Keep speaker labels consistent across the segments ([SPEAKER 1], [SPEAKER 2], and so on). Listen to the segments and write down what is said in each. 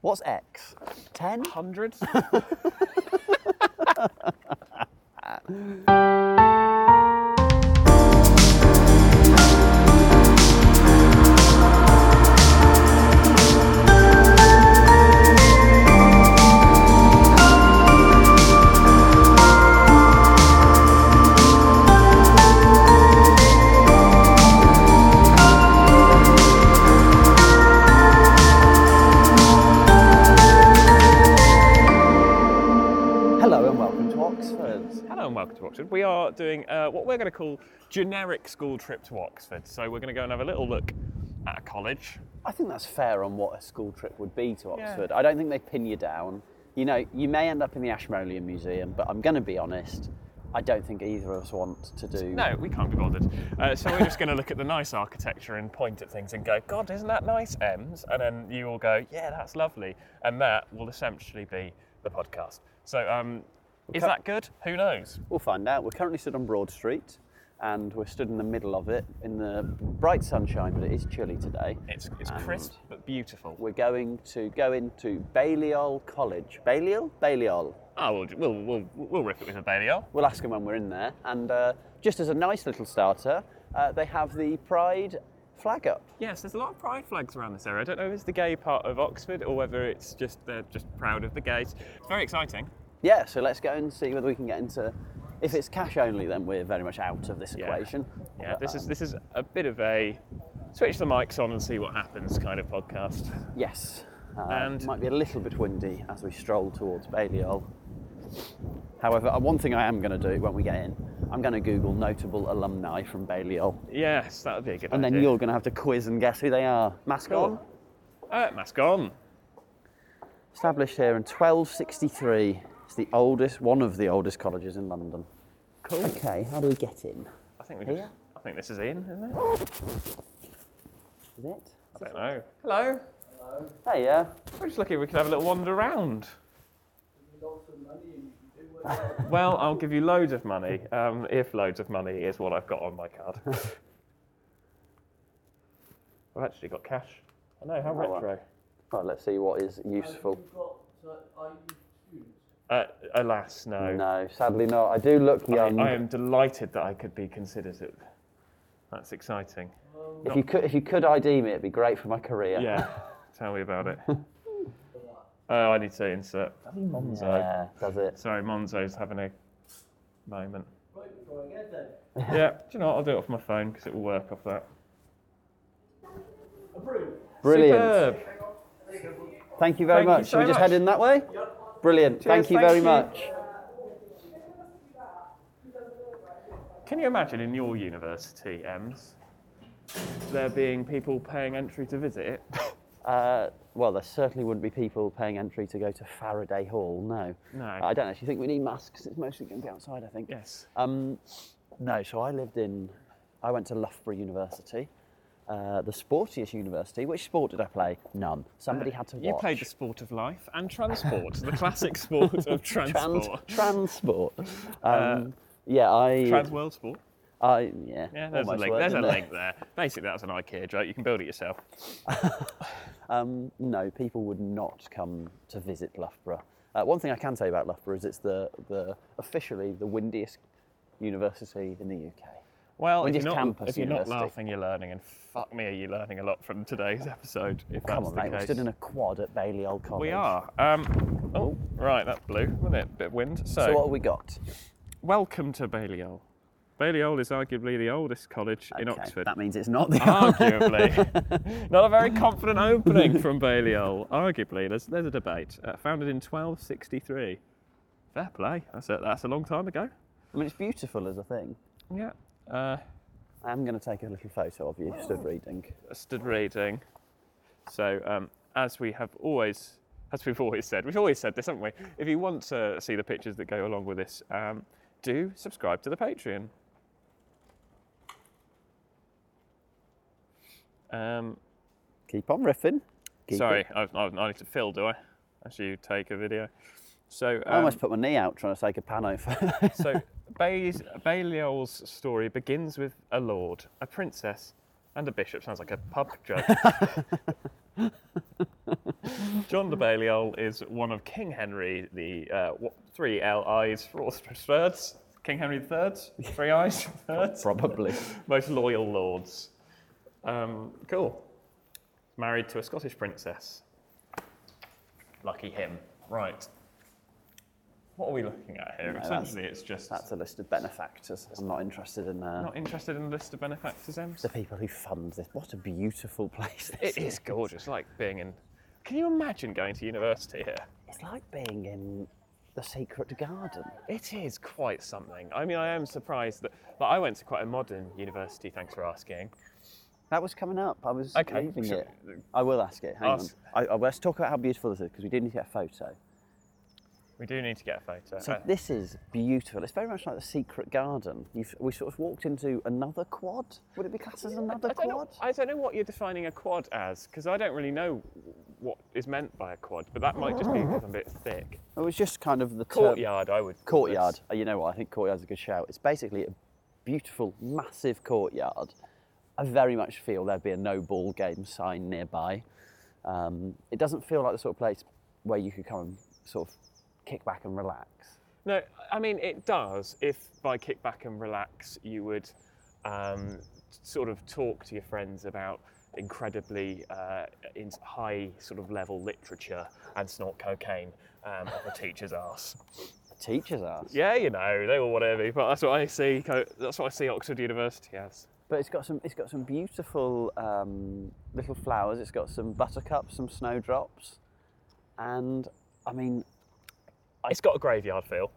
[SPEAKER 1] What's X? 10?
[SPEAKER 2] Hundreds?
[SPEAKER 1] Hello and welcome to Oxford.
[SPEAKER 2] Hello and welcome to Oxford. We are doing uh, what we're going to call generic school trip to Oxford. So we're going to go and have a little look at a college.
[SPEAKER 1] I think that's fair on what a school trip would be to Oxford. I don't think they pin you down. You know, you may end up in the Ashmolean Museum, but I'm going to be honest, I don't think either of us want to do.
[SPEAKER 2] No, we can't be bothered. Uh, so we're just going to look at the nice architecture and point at things and go, God, isn't that nice, Ems? And then you all go, Yeah, that's lovely. And that will essentially be the podcast. So um, is
[SPEAKER 1] cut-
[SPEAKER 2] that good? Who knows?
[SPEAKER 1] We'll find out. We're currently stood on Broad Street and we're stood in the middle of it in the bright sunshine, but it is chilly today.
[SPEAKER 2] It's, it's
[SPEAKER 1] And-
[SPEAKER 2] crisp but beautiful.
[SPEAKER 1] We're going to go into Balliol College. Balliol? Balliol.
[SPEAKER 2] Oh, we'll, we'll, we'll, we'll rip it with a Balliol.
[SPEAKER 1] We'll ask them when we're in there. And uh, just as a nice little starter, uh, they have the Pride flag up.
[SPEAKER 2] Yes, there's a lot of pride flags around this area. I don't know if it's the gay part of Oxford or whether it's just they're just proud of the gays. It's very exciting.
[SPEAKER 1] Yeah, so let's go and see whether we can get into. If it's cash only, then we're very much out of this equation.
[SPEAKER 2] Yeah,
[SPEAKER 1] But,
[SPEAKER 2] this is
[SPEAKER 1] um,
[SPEAKER 2] this is a bit of a switch the mics on and see what happens kind of podcast.
[SPEAKER 1] Yes. Uh,
[SPEAKER 2] And-
[SPEAKER 1] might be a little bit windy as we stroll towards Balliol. However, uh, one thing I am going to do when we get in, I'm going to Google notable alumni from Balliol,
[SPEAKER 2] Yes, that would be a good
[SPEAKER 1] and
[SPEAKER 2] idea.
[SPEAKER 1] then you're going to have to quiz and guess who they are. Mask
[SPEAKER 2] Cool.
[SPEAKER 1] on.
[SPEAKER 2] uh, mask on.
[SPEAKER 1] Established here in 1263. It's the oldest, one of the oldest colleges in London.
[SPEAKER 2] Cool.
[SPEAKER 1] Okay, how do we get in?
[SPEAKER 2] I think we just,
[SPEAKER 1] Here?
[SPEAKER 2] I think this is in, isn't it?
[SPEAKER 1] Is it?
[SPEAKER 2] I don't know. Hello.
[SPEAKER 1] Hey, yeah.
[SPEAKER 2] We're just lucky we could have a little wander around. well, I'll give you loads of money, um, if loads of money is what I've got on my card. I've actually got cash. I know, how
[SPEAKER 1] well.
[SPEAKER 2] retro.
[SPEAKER 1] Well, let's see what is useful.
[SPEAKER 2] Uh, alas, no.
[SPEAKER 1] No, sadly not. I do look
[SPEAKER 2] I,
[SPEAKER 1] young.
[SPEAKER 2] I am delighted that I could be considered it. That's exciting.
[SPEAKER 1] if you could, if you could ID me, it'd be great for my career.
[SPEAKER 2] Yeah, tell me about it. Oh, I need to insert. Bloody Monzo.
[SPEAKER 1] Yeah, does it?
[SPEAKER 2] Sorry, Monzo's having a moment. yeah, do you know what? I'll do it off my phone because it will work off that.
[SPEAKER 1] Brilliant.
[SPEAKER 2] Superb.
[SPEAKER 1] Thank you very
[SPEAKER 2] Thank you
[SPEAKER 1] much.
[SPEAKER 2] so
[SPEAKER 1] Should we just
[SPEAKER 2] much.
[SPEAKER 1] head in that way? Brilliant. thank
[SPEAKER 2] Cheers,
[SPEAKER 1] you
[SPEAKER 2] thank
[SPEAKER 1] very
[SPEAKER 2] you.
[SPEAKER 1] much.
[SPEAKER 2] Can you imagine in your university, Ems, there being people paying entry to visit it?
[SPEAKER 1] Uh, well, there certainly wouldn't be people paying entry to go to Faraday Hall. No.
[SPEAKER 2] No.
[SPEAKER 1] I don't actually think we need masks. It's mostly going to be outside. I think.
[SPEAKER 2] Yes.
[SPEAKER 1] Um, no, so I lived in, I went to Loughborough University, uh, the sportiest university. Which sport did I play? None. Somebody had to watch.
[SPEAKER 2] You played the sport of life and transport, the classic sport of
[SPEAKER 1] Trans-
[SPEAKER 2] transport. Uh,
[SPEAKER 1] transport. Um, yeah, I,
[SPEAKER 2] Trans world sport.
[SPEAKER 1] I, yeah.
[SPEAKER 2] Yeah, there's
[SPEAKER 1] almost
[SPEAKER 2] a link.
[SPEAKER 1] worked,
[SPEAKER 2] There's a
[SPEAKER 1] didn't it?
[SPEAKER 2] link there. Basically, that's an IKEA joke. You can build it yourself.
[SPEAKER 1] Um, no, people would not come to visit Loughborough. Uh, one thing I can say about Loughborough is it's the, the officially the windiest university in the UK.
[SPEAKER 2] Well,
[SPEAKER 1] Well,
[SPEAKER 2] if you're,
[SPEAKER 1] just
[SPEAKER 2] not,
[SPEAKER 1] campus
[SPEAKER 2] if you're not
[SPEAKER 1] university.
[SPEAKER 2] laughing, you're learning, and fuck me, are you learning a lot from today's episode? If
[SPEAKER 1] Come
[SPEAKER 2] that's
[SPEAKER 1] on,
[SPEAKER 2] the
[SPEAKER 1] mate. We
[SPEAKER 2] case.
[SPEAKER 1] stood in a quad at Balliol College.
[SPEAKER 2] We are. Um, oh, right, that blew, wasn't it? Bit of wind. So,
[SPEAKER 1] So what have we got?
[SPEAKER 2] welcome to Balliol. Balliol is arguably the oldest college in
[SPEAKER 1] Okay,
[SPEAKER 2] Oxford.
[SPEAKER 1] That means it's not the
[SPEAKER 2] Arguably. Not a very confident opening from Balliol. Arguably, there's, there's a debate. Uh, founded in 1263. Fair play. That's a, that's a long time ago.
[SPEAKER 1] I mean, it's beautiful as a thing.
[SPEAKER 2] Yeah. Uh,
[SPEAKER 1] I am going to take a little photo of you stood reading.
[SPEAKER 2] stood reading. So, um, as we have always, as we've always said, we've always said this, haven't we? If you want to see the pictures that go along with this, um, do subscribe to the Patreon. Um,
[SPEAKER 1] Keep on riffing. Keep
[SPEAKER 2] sorry,
[SPEAKER 1] it.
[SPEAKER 2] I, I, I need to fill, do I? As you take a video. So,
[SPEAKER 1] I
[SPEAKER 2] um,
[SPEAKER 1] almost put my knee out trying to take a pano photo.
[SPEAKER 2] so Bayes, Baliol's story begins with a lord, a princess, and a bishop. Sounds like a pub joke. John de Balliol is one of King Henry the uh, what, three LIs for all thirds. King Henry the third, three eyes, thirds.
[SPEAKER 1] Probably.
[SPEAKER 2] Most loyal lords. Um, cool. Married to a Scottish princess. Lucky him. Right. What are we looking at here?
[SPEAKER 1] that's-
[SPEAKER 2] Essentially, it's just
[SPEAKER 1] That's a list of benefactors. I'm not interested in uh,
[SPEAKER 2] not interested in the list of benefactors, Ems.
[SPEAKER 1] the people who fund this. What a beautiful place this
[SPEAKER 2] It is gorgeous, like being in. Can you imagine going to university here?
[SPEAKER 1] It's like being in the secret garden.
[SPEAKER 2] It is quite something. I mean, I am surprised that. Like, I went to quite a modern university, thanks for asking.
[SPEAKER 1] That was coming up. I was
[SPEAKER 2] Okay,
[SPEAKER 1] leaving
[SPEAKER 2] sure.
[SPEAKER 1] it. I will ask it. Hang
[SPEAKER 2] Ask.
[SPEAKER 1] on. I, I, let's talk about how beautiful this is because we did need to get a photo.
[SPEAKER 2] We do need to get a photo.
[SPEAKER 1] So
[SPEAKER 2] Uh,
[SPEAKER 1] this is beautiful. It's very much like the secret garden. You've, we sort of walked into another quad. Would it be classed as another
[SPEAKER 2] I don't, know,
[SPEAKER 1] quad?
[SPEAKER 2] I don't know what you're defining a quad as, because I don't really know what is meant by a quad, but that might just
[SPEAKER 1] Oh.
[SPEAKER 2] be because I'm a bit thick.
[SPEAKER 1] It was just kind of the term-
[SPEAKER 2] Courtyard, I would. call this.
[SPEAKER 1] courtyard. Uh, You know what? I think courtyard's a good shout. It's basically a beautiful, massive courtyard. I very much feel there'd be a no ball game sign nearby. Um, it doesn't feel like the sort of place where you could come and sort of kick back and relax.
[SPEAKER 2] No, I mean it does. If by kick back and relax, you would um, sort of talk to your friends about incredibly uh, in high sort of level literature and snort cocaine um, off a teacher's ass.
[SPEAKER 1] The teachers are.
[SPEAKER 2] Yeah, you know they all want to be, but that's what I see. co- That's what I see Oxford University as.
[SPEAKER 1] But it's got some. It's got some beautiful um, little flowers. It's got some buttercups, some snowdrops, and I mean,
[SPEAKER 2] It's got a graveyard feel.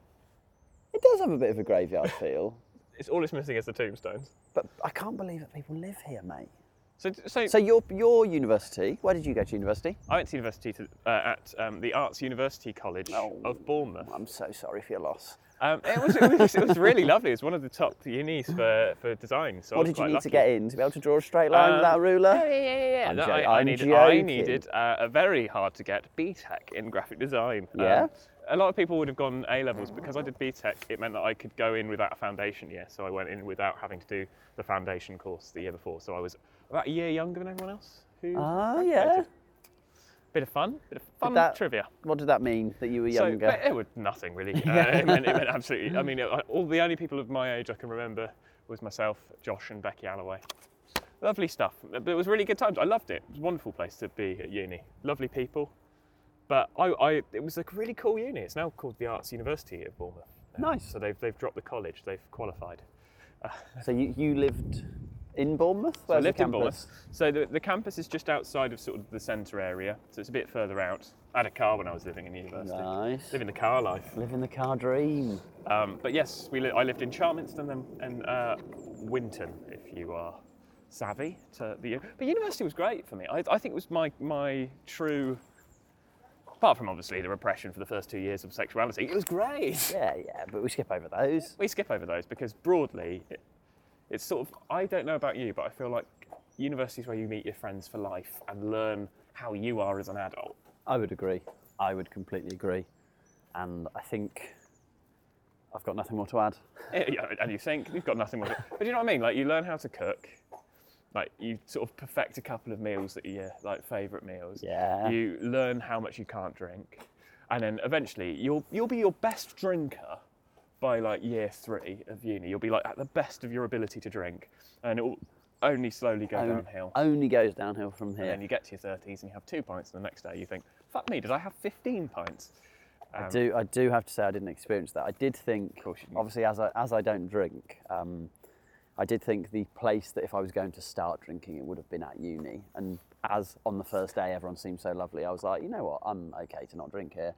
[SPEAKER 1] it does have a bit of a graveyard feel.
[SPEAKER 2] It's all it's missing is the tombstones.
[SPEAKER 1] But I can't believe that people live here, mate.
[SPEAKER 2] So, so,
[SPEAKER 1] So your your university. Where did you go to university?
[SPEAKER 2] I went to university to, uh, at um, the Arts University College
[SPEAKER 1] Oh.
[SPEAKER 2] of Bournemouth.
[SPEAKER 1] I'm so sorry for your loss.
[SPEAKER 2] Um, it, was, it, was, it was really lovely. It was one of the top unis for, for design. So I
[SPEAKER 1] What
[SPEAKER 2] was
[SPEAKER 1] did you
[SPEAKER 2] quite
[SPEAKER 1] need
[SPEAKER 2] lucky.
[SPEAKER 1] to get in to be able to draw a straight line without a
[SPEAKER 2] Um,
[SPEAKER 1] ruler?
[SPEAKER 2] Yeah, yeah, yeah, yeah.
[SPEAKER 1] I'm
[SPEAKER 2] No,
[SPEAKER 1] jo-
[SPEAKER 2] I, I
[SPEAKER 1] I'm
[SPEAKER 2] needed, I
[SPEAKER 1] joking.
[SPEAKER 2] needed uh, a very hard to get BTEC in graphic design. Um,
[SPEAKER 1] Yeah?
[SPEAKER 2] a lot of people would have gone A levels because I did BTEC. It meant that I could go in without a foundation year, so I went in without having to do the foundation course the year before. So I was about a year younger than everyone else. Who
[SPEAKER 1] Ah,
[SPEAKER 2] graduated.
[SPEAKER 1] yeah.
[SPEAKER 2] Bit of fun, bit of fun
[SPEAKER 1] that-
[SPEAKER 2] trivia.
[SPEAKER 1] What did that mean that you were
[SPEAKER 2] So,
[SPEAKER 1] younger?
[SPEAKER 2] but it was nothing really. Uh, it, meant, it meant absolutely. I mean, I- all the only people of my age I can remember was myself, Josh, and Becky Alloway. Lovely stuff. But it was really good times. I loved it. It was a wonderful place to be at uni. Lovely people. But I, I it was a really cool uni. It's now called the Arts University of Bournemouth. now.
[SPEAKER 1] Nice.
[SPEAKER 2] So they've, they've dropped the college. They've qualified.
[SPEAKER 1] so you, you lived in Bournemouth?
[SPEAKER 2] uh, So I
[SPEAKER 1] Where's the
[SPEAKER 2] lived in Bournemouth.
[SPEAKER 1] campus?
[SPEAKER 2] So the, the campus is just outside of sort of the centre area. So it's a bit further out. I had a car when I was living in university.
[SPEAKER 1] Nice.
[SPEAKER 2] Living the car life.
[SPEAKER 1] Living the car dream.
[SPEAKER 2] Um, but yes, we li- I lived in Charminster and, and uh, Winton, if you are savvy to the. But university was great for me. I, I think it was my my true. Apart from obviously the repression for the first two years of sexuality, it was great.
[SPEAKER 1] Yeah, yeah, but we skip over those.
[SPEAKER 2] We skip over those because broadly, it, it's sort of. I don't know about you, but I feel like university is where you meet your friends for life and learn how you are as an adult.
[SPEAKER 1] I would agree. I would completely agree. And I think I've got nothing more to add.
[SPEAKER 2] Eh, yeah, and you think you've got nothing more. to- But you know what I mean? Like you learn how to cook. Like you sort of perfect a couple of meals that are your like favourite meals.
[SPEAKER 1] Yeah.
[SPEAKER 2] You learn how much you can't drink, and then eventually you'll you'll be your best drinker by like year three of uni. You'll be like at the best of your ability to drink, and it will only slowly go
[SPEAKER 1] Only-
[SPEAKER 2] downhill.
[SPEAKER 1] Only goes downhill from
[SPEAKER 2] And then
[SPEAKER 1] here.
[SPEAKER 2] you get to your thirties and you have two pints, and the next day you think, "Fuck me, did I have fifteen pints?"
[SPEAKER 1] I do, I do have to say I didn't experience that. I did think,
[SPEAKER 2] course you didn't.
[SPEAKER 1] obviously, as I, as I don't drink, um, I did think the place that if I was going to start drinking, it would have been at uni. And as on the first day, everyone seemed so lovely, I was like, you know what, I'm okay to not drink here.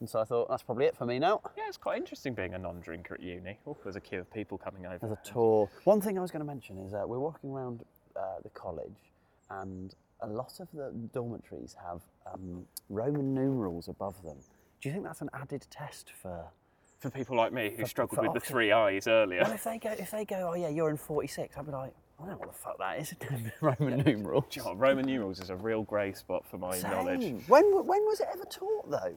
[SPEAKER 1] And so I thought, that's probably it for me now.
[SPEAKER 2] Yeah, it's quite interesting being a non-drinker at uni. Oh, there's a queue of people coming over.
[SPEAKER 1] There's a tour. One thing I was going to mention is uh, we're walking around uh, the college, and a lot of the dormitories have um, Roman numerals above them. Do you think that's an added test for?
[SPEAKER 2] for people like me who struggled
[SPEAKER 1] for
[SPEAKER 2] with the
[SPEAKER 1] Oxford.
[SPEAKER 2] three eyes earlier.
[SPEAKER 1] Well, if they go, if they go, oh yeah, you're in 46, I'd be like, I don't know what the fuck that is. Roman numerals.
[SPEAKER 2] Do you know what, Roman numerals is a real grey spot for my knowledge.
[SPEAKER 1] Same. When w- when was it ever taught though?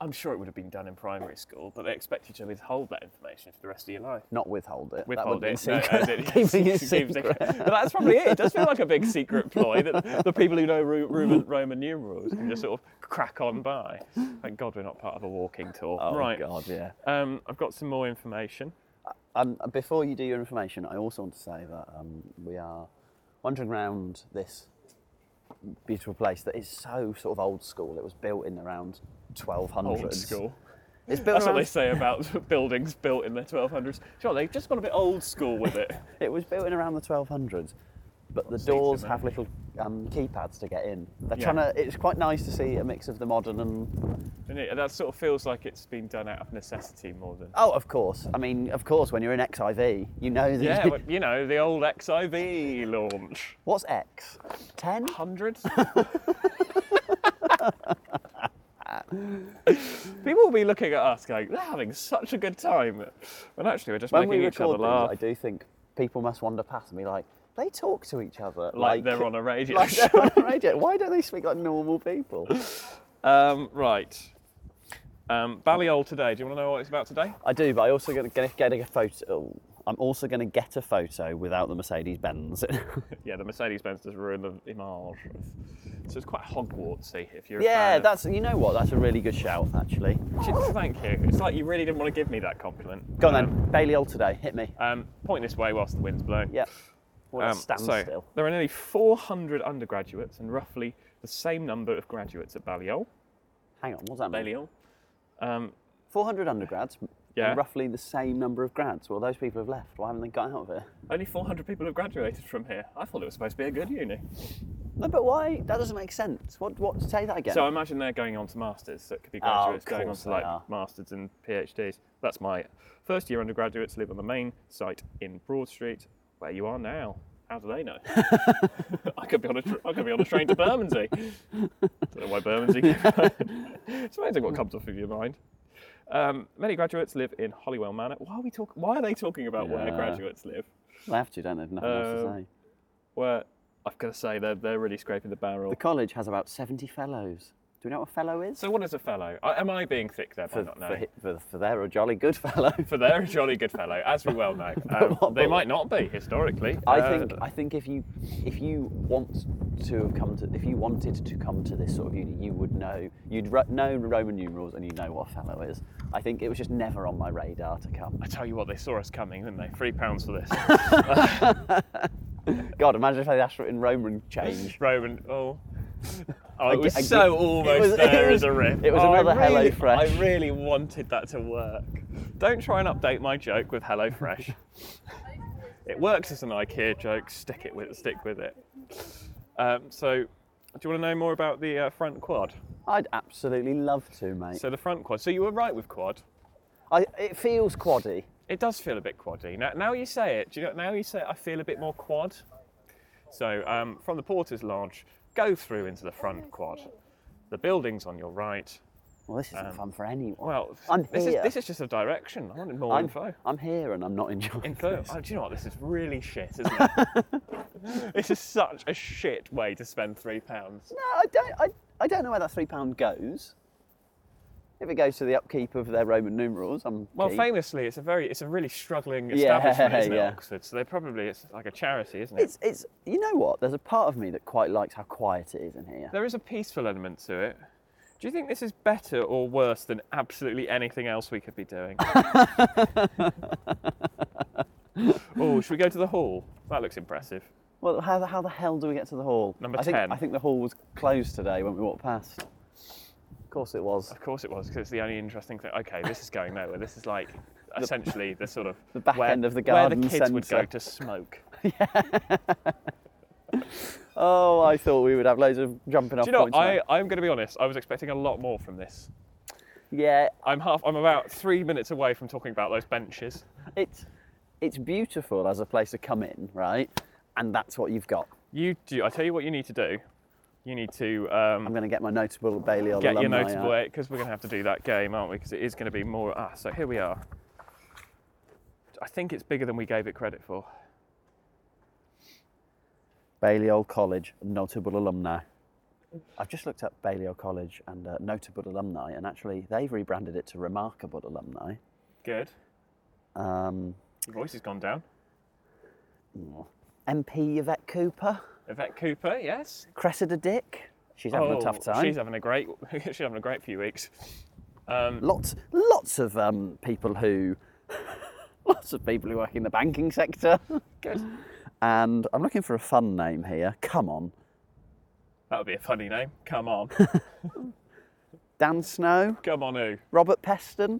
[SPEAKER 2] I'm sure it would have been done in primary school, but they expect you to withhold that information for the rest of your life.
[SPEAKER 1] Not withhold it.
[SPEAKER 2] Withhold
[SPEAKER 1] that would
[SPEAKER 2] it.
[SPEAKER 1] be secret.
[SPEAKER 2] as in-
[SPEAKER 1] Keeping it
[SPEAKER 2] keeps
[SPEAKER 1] secret.
[SPEAKER 2] But that's probably it. It does feel like a big secret ploy that the people who know Ro- Roman, Roman numerals can just sort of crack on by. Thank God we're not part of a walking tour.
[SPEAKER 1] Oh
[SPEAKER 2] right.
[SPEAKER 1] God, yeah.
[SPEAKER 2] Um, I've got some more information.
[SPEAKER 1] Um, before you do your information, I also want to say that um, we are wandering around this beautiful place that is so sort of old school. It was built in around 1200s.
[SPEAKER 2] Old school.
[SPEAKER 1] It's built
[SPEAKER 2] That's what
[SPEAKER 1] around,
[SPEAKER 2] they say about buildings built in the 1200s. Sure, they've just gone a bit old school with it.
[SPEAKER 1] It was built in around the 1200s, but the
[SPEAKER 2] seats in
[SPEAKER 1] doors
[SPEAKER 2] there?
[SPEAKER 1] have little um, keypads to get in. They're
[SPEAKER 2] Yeah.
[SPEAKER 1] trying to. It's quite nice to see a mix of the modern and.
[SPEAKER 2] And it, that sort of feels like it's been done out of necessity more than.
[SPEAKER 1] Oh, of course. I mean, of course. When you're in XIV, you know that.
[SPEAKER 2] Yeah, but, you know, the old XIV launch.
[SPEAKER 1] What's X? Ten.
[SPEAKER 2] Hundreds? People will be looking at us going, they're having such a good time. When actually, we're just
[SPEAKER 1] When
[SPEAKER 2] making
[SPEAKER 1] we
[SPEAKER 2] each other
[SPEAKER 1] record these,
[SPEAKER 2] laugh
[SPEAKER 1] I do think people must wander past and be like, they talk to each other
[SPEAKER 2] like, they're on a radio
[SPEAKER 1] like
[SPEAKER 2] show.
[SPEAKER 1] they're on the radio. Why don't they speak like normal people?
[SPEAKER 2] Um, right. Um, Balliol today. Do you want to know what it's about today?
[SPEAKER 1] I do, but I also gonna get, get a photo. Oh, I'm also going to get a photo without the Mercedes Benz.
[SPEAKER 2] Yeah, the Mercedes Benz does ruin the image. Of... So it's quite Hogwartsy if you're.
[SPEAKER 1] yeah,
[SPEAKER 2] a fan
[SPEAKER 1] that's you know what. That's a really good shout, actually.
[SPEAKER 2] of- Ch- Thank you. It's like you really didn't want to give me that compliment.
[SPEAKER 1] Go on then, Bailey Old today. Hit me.
[SPEAKER 2] Um, point this way whilst the wind's blowing.
[SPEAKER 1] Yep. What a
[SPEAKER 2] Um, so
[SPEAKER 1] standstill.
[SPEAKER 2] there are nearly 400 undergraduates and roughly the same number of graduates at Balliol.
[SPEAKER 1] Hang on, what's that mean?
[SPEAKER 2] Balliol. Um,
[SPEAKER 1] 400 undergrads. and
[SPEAKER 2] Yeah.
[SPEAKER 1] Roughly the same number of grads. Well, those people have left. Why haven't they got out of it?
[SPEAKER 2] only 400 people have graduated from here. I thought it was supposed to be a good uni.
[SPEAKER 1] No, but why? That doesn't make sense. What? What? Say that again.
[SPEAKER 2] So I imagine they're going on to masters. So it could be
[SPEAKER 1] Oh, of
[SPEAKER 2] graduates going on
[SPEAKER 1] course
[SPEAKER 2] to
[SPEAKER 1] they
[SPEAKER 2] like
[SPEAKER 1] are.
[SPEAKER 2] masters and PhDs. That's my first year undergraduates live on the main site in Broad Street, where you are now. How do they know? I could be on a tr- I could be on a train to Bermondsey. Don't know why Bermondsey. it's amazing what comes off of your mind. Um, many graduates live in Holywell Manor. Why are we talk- Why are they talking about where the
[SPEAKER 1] Yeah.
[SPEAKER 2] graduates live?
[SPEAKER 1] They have to, don't they? They've Nothing else
[SPEAKER 2] Um,
[SPEAKER 1] to say.
[SPEAKER 2] Where I've got to say they're they're really scraping the barrel.
[SPEAKER 1] The college has about 70 fellows. Do we know what a fellow is?
[SPEAKER 2] so what is a fellow? I, am I being thick there by
[SPEAKER 1] For,
[SPEAKER 2] not
[SPEAKER 1] for,
[SPEAKER 2] knowing?
[SPEAKER 1] hi- for, for they're a jolly good fellow.
[SPEAKER 2] for they're a jolly good fellow, as we well know. Um,
[SPEAKER 1] what-
[SPEAKER 2] they
[SPEAKER 1] but-
[SPEAKER 2] might not be historically.
[SPEAKER 1] I
[SPEAKER 2] Uh,
[SPEAKER 1] think I think if you if you want to have come to if you wanted to come to this sort of uni, you would know you'd ro- know Roman numerals and you know what a fellow is. I think it was just never on my radar to come.
[SPEAKER 2] I tell you what, they saw us coming, didn't they? Three pounds for this.
[SPEAKER 1] God, imagine if they'd asked for it in Roman change.
[SPEAKER 2] Roman, oh. Oh,
[SPEAKER 1] I
[SPEAKER 2] it
[SPEAKER 1] ge-
[SPEAKER 2] was
[SPEAKER 1] I ge-
[SPEAKER 2] so
[SPEAKER 1] it
[SPEAKER 2] almost
[SPEAKER 1] was- it
[SPEAKER 2] there
[SPEAKER 1] was-
[SPEAKER 2] as a rip.
[SPEAKER 1] it was
[SPEAKER 2] Oh, I
[SPEAKER 1] another Hello
[SPEAKER 2] really-
[SPEAKER 1] Fresh.
[SPEAKER 2] I really wanted that to work. Don't try and update my joke with Hello Fresh. it works as an IKEA joke. Stick it with, stick with it. Um, so, do you want to know more about the uh, front quad?
[SPEAKER 1] I'd absolutely love to, mate.
[SPEAKER 2] So the front quad. So you were right with quad.
[SPEAKER 1] I, it feels quaddy.
[SPEAKER 2] It does feel a bit quaddy. Now, now you say it. Do you know? Now you say it, I feel a bit more quad. So um, from the Porter's Lodge, go through into the front quad. The building's on your right.
[SPEAKER 1] Well, this isn't fun for anyone.
[SPEAKER 2] Um, Well,
[SPEAKER 1] I'm
[SPEAKER 2] this is
[SPEAKER 1] here.
[SPEAKER 2] this is just a direction. I wanted more
[SPEAKER 1] I'm,
[SPEAKER 2] info.
[SPEAKER 1] I'm here and I'm not enjoying.
[SPEAKER 2] Info. Oh, do you know what? This is really shit, isn't it? this is such a shit way to spend three pounds.
[SPEAKER 1] No, I don't. I, I don't know where that three pound goes. If it goes to the upkeep of their Roman numerals, I'm
[SPEAKER 2] Well,
[SPEAKER 1] keen.
[SPEAKER 2] famously, it's a very, it's a really struggling
[SPEAKER 1] Yeah,
[SPEAKER 2] establishment, isn't
[SPEAKER 1] yeah.
[SPEAKER 2] it, Oxford? So they probably it's like a charity, isn't it?
[SPEAKER 1] It's it's you know what? There's a part of me that quite likes how quiet it is in here.
[SPEAKER 2] There is a peaceful element to it. Do you think this is better or worse than absolutely anything else we could be doing? oh, should we go to the hall? That looks impressive.
[SPEAKER 1] Well, how the, how the hell do we get to the hall?
[SPEAKER 2] Number
[SPEAKER 1] I think,
[SPEAKER 2] 10.
[SPEAKER 1] I think the hall was closed today when we walked past. Of course it was.
[SPEAKER 2] Of course it was, because it's the only interesting thing. Okay, this is going nowhere. This is like essentially the sort of
[SPEAKER 1] the back
[SPEAKER 2] where,
[SPEAKER 1] end of the
[SPEAKER 2] where the
[SPEAKER 1] garden
[SPEAKER 2] kids would go
[SPEAKER 1] centre.
[SPEAKER 2] to smoke.
[SPEAKER 1] Oh, I thought we would have loads of jumping off
[SPEAKER 2] Do you know?
[SPEAKER 1] points.
[SPEAKER 2] I,
[SPEAKER 1] now.
[SPEAKER 2] I'm going to be honest. I was expecting a lot more from this.
[SPEAKER 1] yeah,
[SPEAKER 2] I'm half. I'm about three minutes away from talking about those benches.
[SPEAKER 1] it's it's beautiful as a place to come in, right? And that's what you've got.
[SPEAKER 2] You do. I tell you what you need to do. You need to. Um,
[SPEAKER 1] I'm going to get my notable Bailey on
[SPEAKER 2] get your
[SPEAKER 1] alumni
[SPEAKER 2] notable
[SPEAKER 1] out.
[SPEAKER 2] eight because we're going to have to do that game, aren't we? Because it is going to be more. Ah, so here we are. I think it's bigger than we gave it credit for.
[SPEAKER 1] Balliol College, notable alumni. I've just looked up Balliol College and uh, Notabud alumni, and actually they've rebranded it to Remarkable alumni.
[SPEAKER 2] Good.
[SPEAKER 1] Um,
[SPEAKER 2] Your voice has gone down.
[SPEAKER 1] oh, MP Yvette Cooper,
[SPEAKER 2] Yvette Cooper, yes.
[SPEAKER 1] Cressida Dick. She's having
[SPEAKER 2] Oh,
[SPEAKER 1] a tough time.
[SPEAKER 2] She's having a great. she's having a great few weeks. Um,
[SPEAKER 1] Lots, lots of um, people who, lots of people who work in the banking sector.
[SPEAKER 2] good.
[SPEAKER 1] And I'm looking for a fun name here. Come on,
[SPEAKER 2] That would be a funny name. Come on,
[SPEAKER 1] Dan Snow,
[SPEAKER 2] come on, who?
[SPEAKER 1] Robert Peston,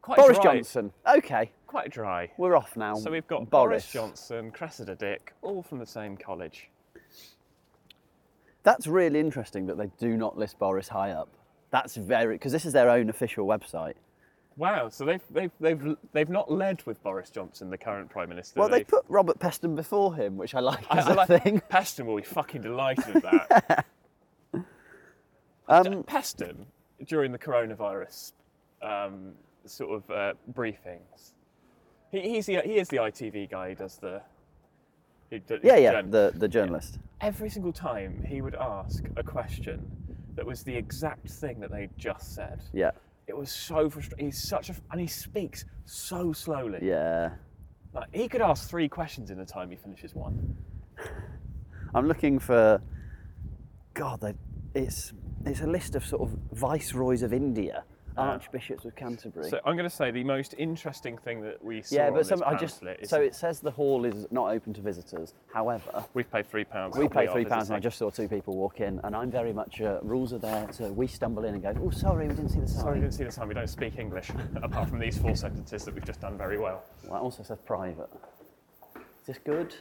[SPEAKER 2] Quite
[SPEAKER 1] Boris
[SPEAKER 2] dry.
[SPEAKER 1] Johnson. Okay,
[SPEAKER 2] Quite dry.
[SPEAKER 1] we're off now.
[SPEAKER 2] So we've got Boris, Johnson, Cressida Dick, all from the same college.
[SPEAKER 1] That's really interesting that they do not list Boris high up. That's very because this is their own official website.
[SPEAKER 2] Wow. So they've they've they've they've not led with Boris Johnson, the current prime minister.
[SPEAKER 1] Well, they
[SPEAKER 2] They've-
[SPEAKER 1] put Robert Peston before him, which I like
[SPEAKER 2] I
[SPEAKER 1] as a
[SPEAKER 2] like-
[SPEAKER 1] thing.
[SPEAKER 2] Peston will be fucking delighted with that.
[SPEAKER 1] Um,
[SPEAKER 2] Peston, during the coronavirus um, sort of uh, briefings, he, he's the, he is the ITV guy. He does the. He, d-
[SPEAKER 1] yeah, yeah,
[SPEAKER 2] journ-
[SPEAKER 1] the, the journalist.
[SPEAKER 2] Every single time he would ask a question that was the exact thing that they just said.
[SPEAKER 1] Yeah,
[SPEAKER 2] It was so frustrating. He's such a. And he speaks so slowly.
[SPEAKER 1] yeah.
[SPEAKER 2] Like, he could ask three questions in the time he finishes one.
[SPEAKER 1] I'm looking for. God, they, it's it's a list of sort of viceroys of India, archbishops of Canterbury.
[SPEAKER 2] Ah. So I'm going to say the most interesting thing that we saw
[SPEAKER 1] yeah,
[SPEAKER 2] on
[SPEAKER 1] but some
[SPEAKER 2] this
[SPEAKER 1] I just
[SPEAKER 2] pamphlet is
[SPEAKER 1] so it says the hall is not open to visitors. However,
[SPEAKER 2] we've paid three pounds.
[SPEAKER 1] we pay
[SPEAKER 2] are
[SPEAKER 1] three pounds, and I
[SPEAKER 2] visiting.
[SPEAKER 1] just saw two people walk in, and I'm very much uh, rules are there, so we stumble in and go, oh, sorry, we didn't see the sign.
[SPEAKER 2] Sorry, I didn't see the time. We don't speak English, apart from these four sentences that we've just done very well.
[SPEAKER 1] Well, that also says private. Is this good?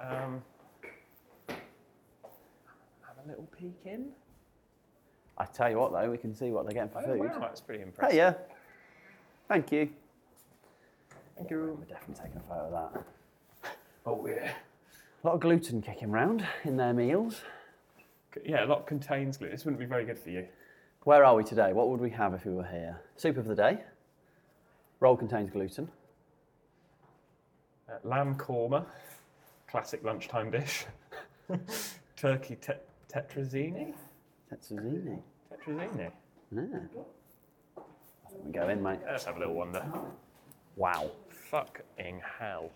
[SPEAKER 2] Um, have a little peek in.
[SPEAKER 1] I tell you what, though, we can see what they're getting for
[SPEAKER 2] Oh,
[SPEAKER 1] food.
[SPEAKER 2] wow, that's pretty
[SPEAKER 1] Hey,
[SPEAKER 2] impressive.
[SPEAKER 1] yeah. Thank you.
[SPEAKER 2] Thank you.
[SPEAKER 1] We're definitely taking a photo of that.
[SPEAKER 2] Oh, yeah.
[SPEAKER 1] A lot of gluten kicking round in their meals.
[SPEAKER 2] Yeah, a lot contains gluten. This wouldn't be very good for you.
[SPEAKER 1] Where are we today? What would we have if we were here? Soup of the day. Roll contains gluten.
[SPEAKER 2] Uh, lamb korma, classic lunchtime dish. Turkey te- tetrazzini.
[SPEAKER 1] Tetsuzzini.
[SPEAKER 2] Tetrazzini.
[SPEAKER 1] Yeah. Ah. We go in, mate.
[SPEAKER 2] Let's have a little wonder.
[SPEAKER 1] Wow.
[SPEAKER 2] Fucking hell.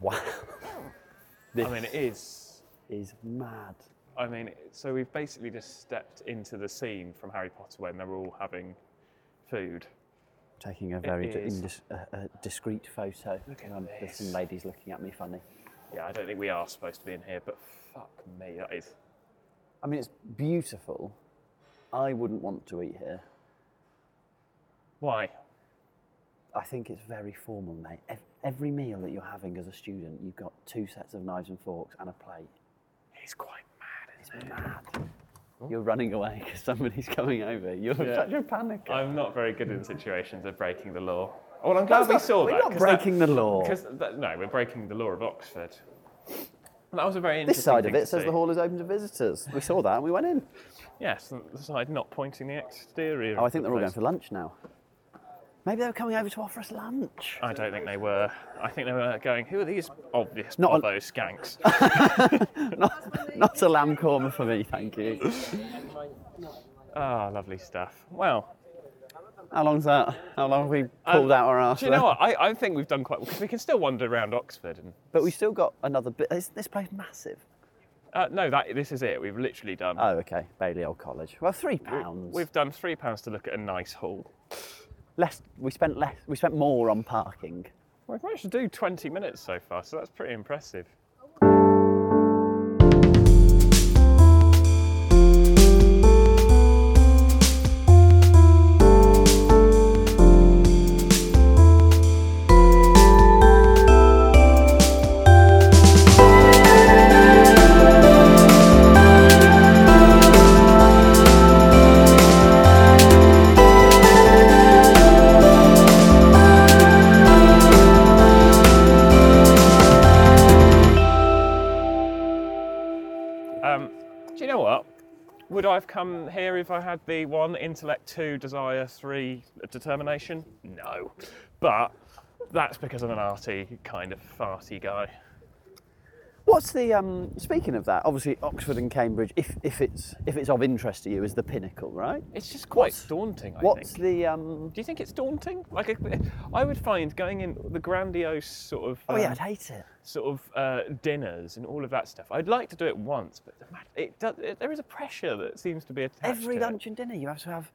[SPEAKER 1] Wow.
[SPEAKER 2] I mean, it is.
[SPEAKER 1] Is mad.
[SPEAKER 2] I mean, so we've basically just stepped into the scene from Harry Potter when they're all having food.
[SPEAKER 1] Taking a very di-
[SPEAKER 2] is.
[SPEAKER 1] indis- a, a discreet photo.
[SPEAKER 2] Look at
[SPEAKER 1] Um, There's some
[SPEAKER 2] this.
[SPEAKER 1] ladies looking at me funny.
[SPEAKER 2] Yeah, I don't think we are supposed to be in here, but fuck me, that is.
[SPEAKER 1] I mean, it's beautiful. I wouldn't want to eat here.
[SPEAKER 2] Why?
[SPEAKER 1] I think it's very formal, mate. Ev- Every meal that you're having as a student, you've got two sets of knives and forks and a plate.
[SPEAKER 2] It's quite mad, isn't it?
[SPEAKER 1] You're running away because somebody's coming over. You're
[SPEAKER 2] Oh. Yeah.
[SPEAKER 1] such a panic.
[SPEAKER 2] I'm not very good in situations of breaking the law. Well, I'm glad we saw
[SPEAKER 1] We're
[SPEAKER 2] that.
[SPEAKER 1] not breaking the law.
[SPEAKER 2] Because no, we're breaking the law of Oxford. And that was a very interesting.
[SPEAKER 1] This side of
[SPEAKER 2] thing to
[SPEAKER 1] it says
[SPEAKER 2] see.
[SPEAKER 1] the hall is open to visitors. We saw that and we went in.
[SPEAKER 2] Yes, the- the side not pointing the exterior.
[SPEAKER 1] Oh, I
[SPEAKER 2] of
[SPEAKER 1] think
[SPEAKER 2] the
[SPEAKER 1] they're all going
[SPEAKER 2] place.
[SPEAKER 1] for lunch now. Maybe they were coming over to offer us lunch.
[SPEAKER 2] I don't think they were. I think they were going. Who are these obvious
[SPEAKER 1] Not a-
[SPEAKER 2] not those skanks?
[SPEAKER 1] Not a lamb korma for me, thank you.
[SPEAKER 2] Ah, lovely stuff. Well,
[SPEAKER 1] How long's that? How long have we pulled out our arse?
[SPEAKER 2] Um, do you know what? I, I think we've done quite well because we can still wander around Oxford and.
[SPEAKER 1] But we still got another bit. Is this place massive?
[SPEAKER 2] Uh, no, that this is it. We've literally done.
[SPEAKER 1] Oh, okay. Balliol College. Well, three pounds.
[SPEAKER 2] We've done three pounds to look at a nice hall.
[SPEAKER 1] less. We spent less. We spent more on parking.
[SPEAKER 2] We've managed to do 20 minutes so far, so that's pretty impressive. Um, do you know what? Would I have come here if I had the one intellect, two desire, three uh, determination? No, but that's because I'm an arty kind of farty guy.
[SPEAKER 1] What's the um, speaking of that? Obviously, Oxford and Cambridge, if, if it's if it's of interest to you, is the pinnacle, right?
[SPEAKER 2] It's just quite
[SPEAKER 1] What's-
[SPEAKER 2] daunting, I
[SPEAKER 1] What's
[SPEAKER 2] think.
[SPEAKER 1] the um,
[SPEAKER 2] Do you think it's daunting? Like, a- I would find going in the grandiose sort of
[SPEAKER 1] oh
[SPEAKER 2] um,
[SPEAKER 1] yeah, I'd hate it.
[SPEAKER 2] sort of uh, dinners and all of that stuff. I'd like to do it once, but the ma- it does, it, there is a pressure that seems to be attached.
[SPEAKER 1] Every
[SPEAKER 2] to it.
[SPEAKER 1] lunch and dinner, you have to have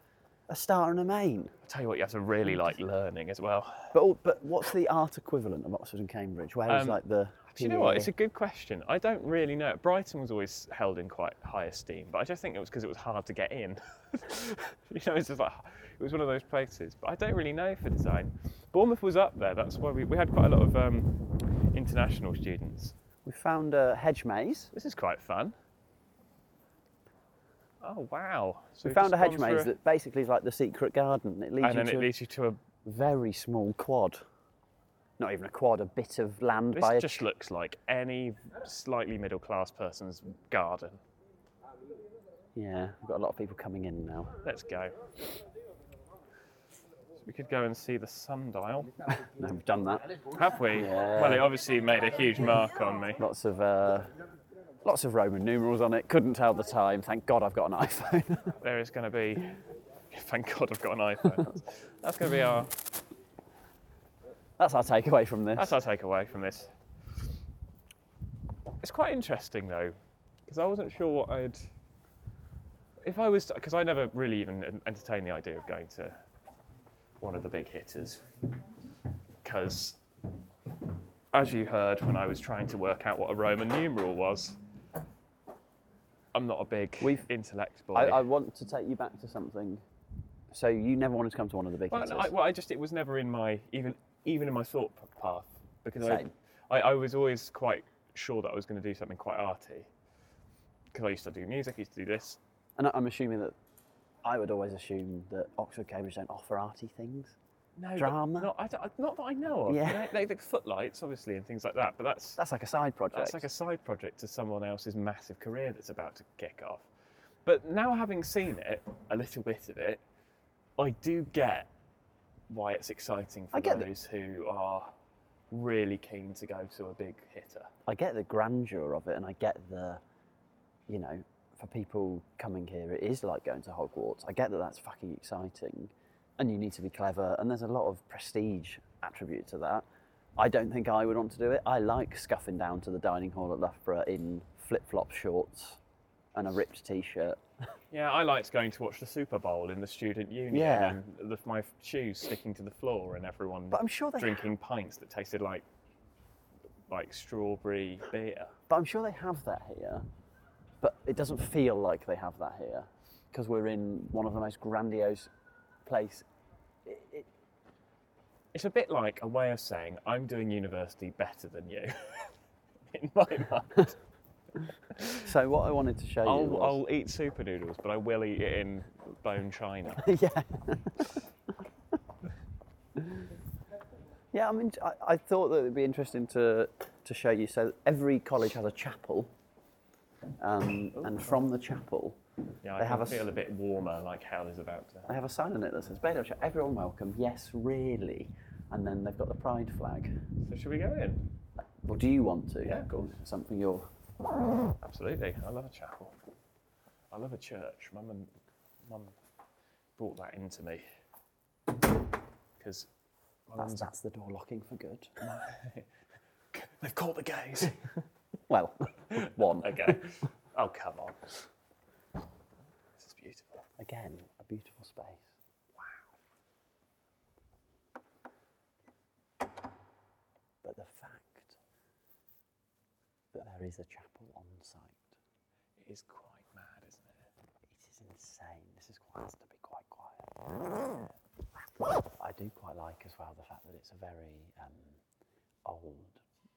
[SPEAKER 1] a star and a main.
[SPEAKER 2] I'll tell you what, you have to really like learning as well.
[SPEAKER 1] But all, but what's the art equivalent of Oxford and Cambridge? Where is
[SPEAKER 2] Um,
[SPEAKER 1] like the
[SPEAKER 2] Do you know what? It's a good question. I don't really know. Brighton was always held in quite high esteem, but I just think it was because it was hard to get in. you know, it's just like it was one of those places. But I don't really know for design. Bournemouth was up there. That's why we, we had quite a lot of um, international students.
[SPEAKER 1] we found a hedge maze.
[SPEAKER 2] This is quite fun. Oh wow! So
[SPEAKER 1] We
[SPEAKER 2] we've
[SPEAKER 1] found
[SPEAKER 2] just
[SPEAKER 1] a hedge
[SPEAKER 2] gone through
[SPEAKER 1] maze
[SPEAKER 2] a-
[SPEAKER 1] that basically is like the secret garden. It leads
[SPEAKER 2] and
[SPEAKER 1] you
[SPEAKER 2] then
[SPEAKER 1] to
[SPEAKER 2] it leads you to a.
[SPEAKER 1] a very small quad. Not even a quad, a bit of land
[SPEAKER 2] This
[SPEAKER 1] by a
[SPEAKER 2] just looks like any slightly middle class person's garden.
[SPEAKER 1] Yeah, we've got a lot of people coming in now.
[SPEAKER 2] Let's go. We could go and see the sundial.
[SPEAKER 1] No, we've done that.
[SPEAKER 2] Have we? Well, it obviously made a huge mark on me.
[SPEAKER 1] Lots of uh, lots of Roman numerals on it. Couldn't tell the time. Thank God I've got an iPhone.
[SPEAKER 2] There is going to be. Thank God I've got an iPhone. That's- That's going to be our.
[SPEAKER 1] That's our takeaway from this.
[SPEAKER 2] That's our takeaway from this. It's quite interesting though, because I wasn't sure what I'd. If I was, because I never really even en- entertained the idea of going to one of the big hitters, because as you heard when I was trying to work out what a Roman numeral was, I'm not a big
[SPEAKER 1] We've-
[SPEAKER 2] intellect boy.
[SPEAKER 1] I, I want to take you back to something. So you never wanted to come to one of the big
[SPEAKER 2] Well,
[SPEAKER 1] hitters.
[SPEAKER 2] I, well, I just it was never in my even even in my thought p- path because I,
[SPEAKER 1] Same.
[SPEAKER 2] I I was always quite sure that I was going to do something quite arty because I used to do music, I used to do this.
[SPEAKER 1] and I- I'm assuming that I would always assume that Oxford Cambridge don't offer arty things.
[SPEAKER 2] No but
[SPEAKER 1] Drama?
[SPEAKER 2] Not, I don't- not that I know of.
[SPEAKER 1] Yeah.
[SPEAKER 2] Yeah. Like, the footlights, obviously, and things like that. But that's
[SPEAKER 1] That's like a side project.
[SPEAKER 2] that's like a side project to someone else's massive career that's about to kick off. But now, having seen it, a little bit of it, I do get why it's exciting for
[SPEAKER 1] I get that.
[SPEAKER 2] those who are really keen to go to a big hitter.
[SPEAKER 1] I get the grandeur of it, and I get the, you know, for people coming here, it is like going to Hogwarts. I get that that's fucking exciting, and you need to be clever, and there's a lot of prestige attribute to that. I don't think I would want to do it. I like scuffing down to the dining hall at Loughborough in flip flop shorts and a ripped t shirt.
[SPEAKER 2] Yeah, I liked going to watch the Super Bowl in the student union
[SPEAKER 1] Yeah.
[SPEAKER 2] and the, my shoes sticking to the floor and everyone
[SPEAKER 1] But I'm sure they
[SPEAKER 2] drinking pints that tasted like like strawberry beer.
[SPEAKER 1] But I'm sure they have that here. But it doesn't feel like they have that here because we're in one of the most grandiose place. It, it,
[SPEAKER 2] It's a bit like a way of saying I'm doing university better than you. in my mind,
[SPEAKER 1] so what I wanted to show you.
[SPEAKER 2] I'll,
[SPEAKER 1] was-
[SPEAKER 2] I'll eat super noodles, but I will eat it in bone china.
[SPEAKER 1] yeah. yeah, I mean, I, I thought that it'd be interesting to, to show you. So every college has a chapel, um, and from the chapel,
[SPEAKER 2] Yeah, I
[SPEAKER 1] They
[SPEAKER 2] can
[SPEAKER 1] have a
[SPEAKER 2] feel
[SPEAKER 1] s-
[SPEAKER 2] a bit warmer, like hell is about to.
[SPEAKER 1] they have a sign on it that says "Beto Chapel, everyone welcome." Yes, really. And then they've got the pride flag.
[SPEAKER 2] So should we go in?
[SPEAKER 1] Well, do you want to?
[SPEAKER 2] Yeah, of course.
[SPEAKER 1] Something you're.
[SPEAKER 2] Absolutely, I love a chapel. I love a church. Mum and mum brought that into me because
[SPEAKER 1] That's, that's the door locking for good.
[SPEAKER 2] they've caught the gays.
[SPEAKER 1] Well, one.
[SPEAKER 2] okay. Oh come on. This is beautiful.
[SPEAKER 1] Again, a beautiful space. Wow. But the fact that there is a chapel on site,
[SPEAKER 2] It is quite mad, isn't it?
[SPEAKER 1] it is insane. This is quite, has to be quite quiet. I do quite like as well the fact that it's a very um, old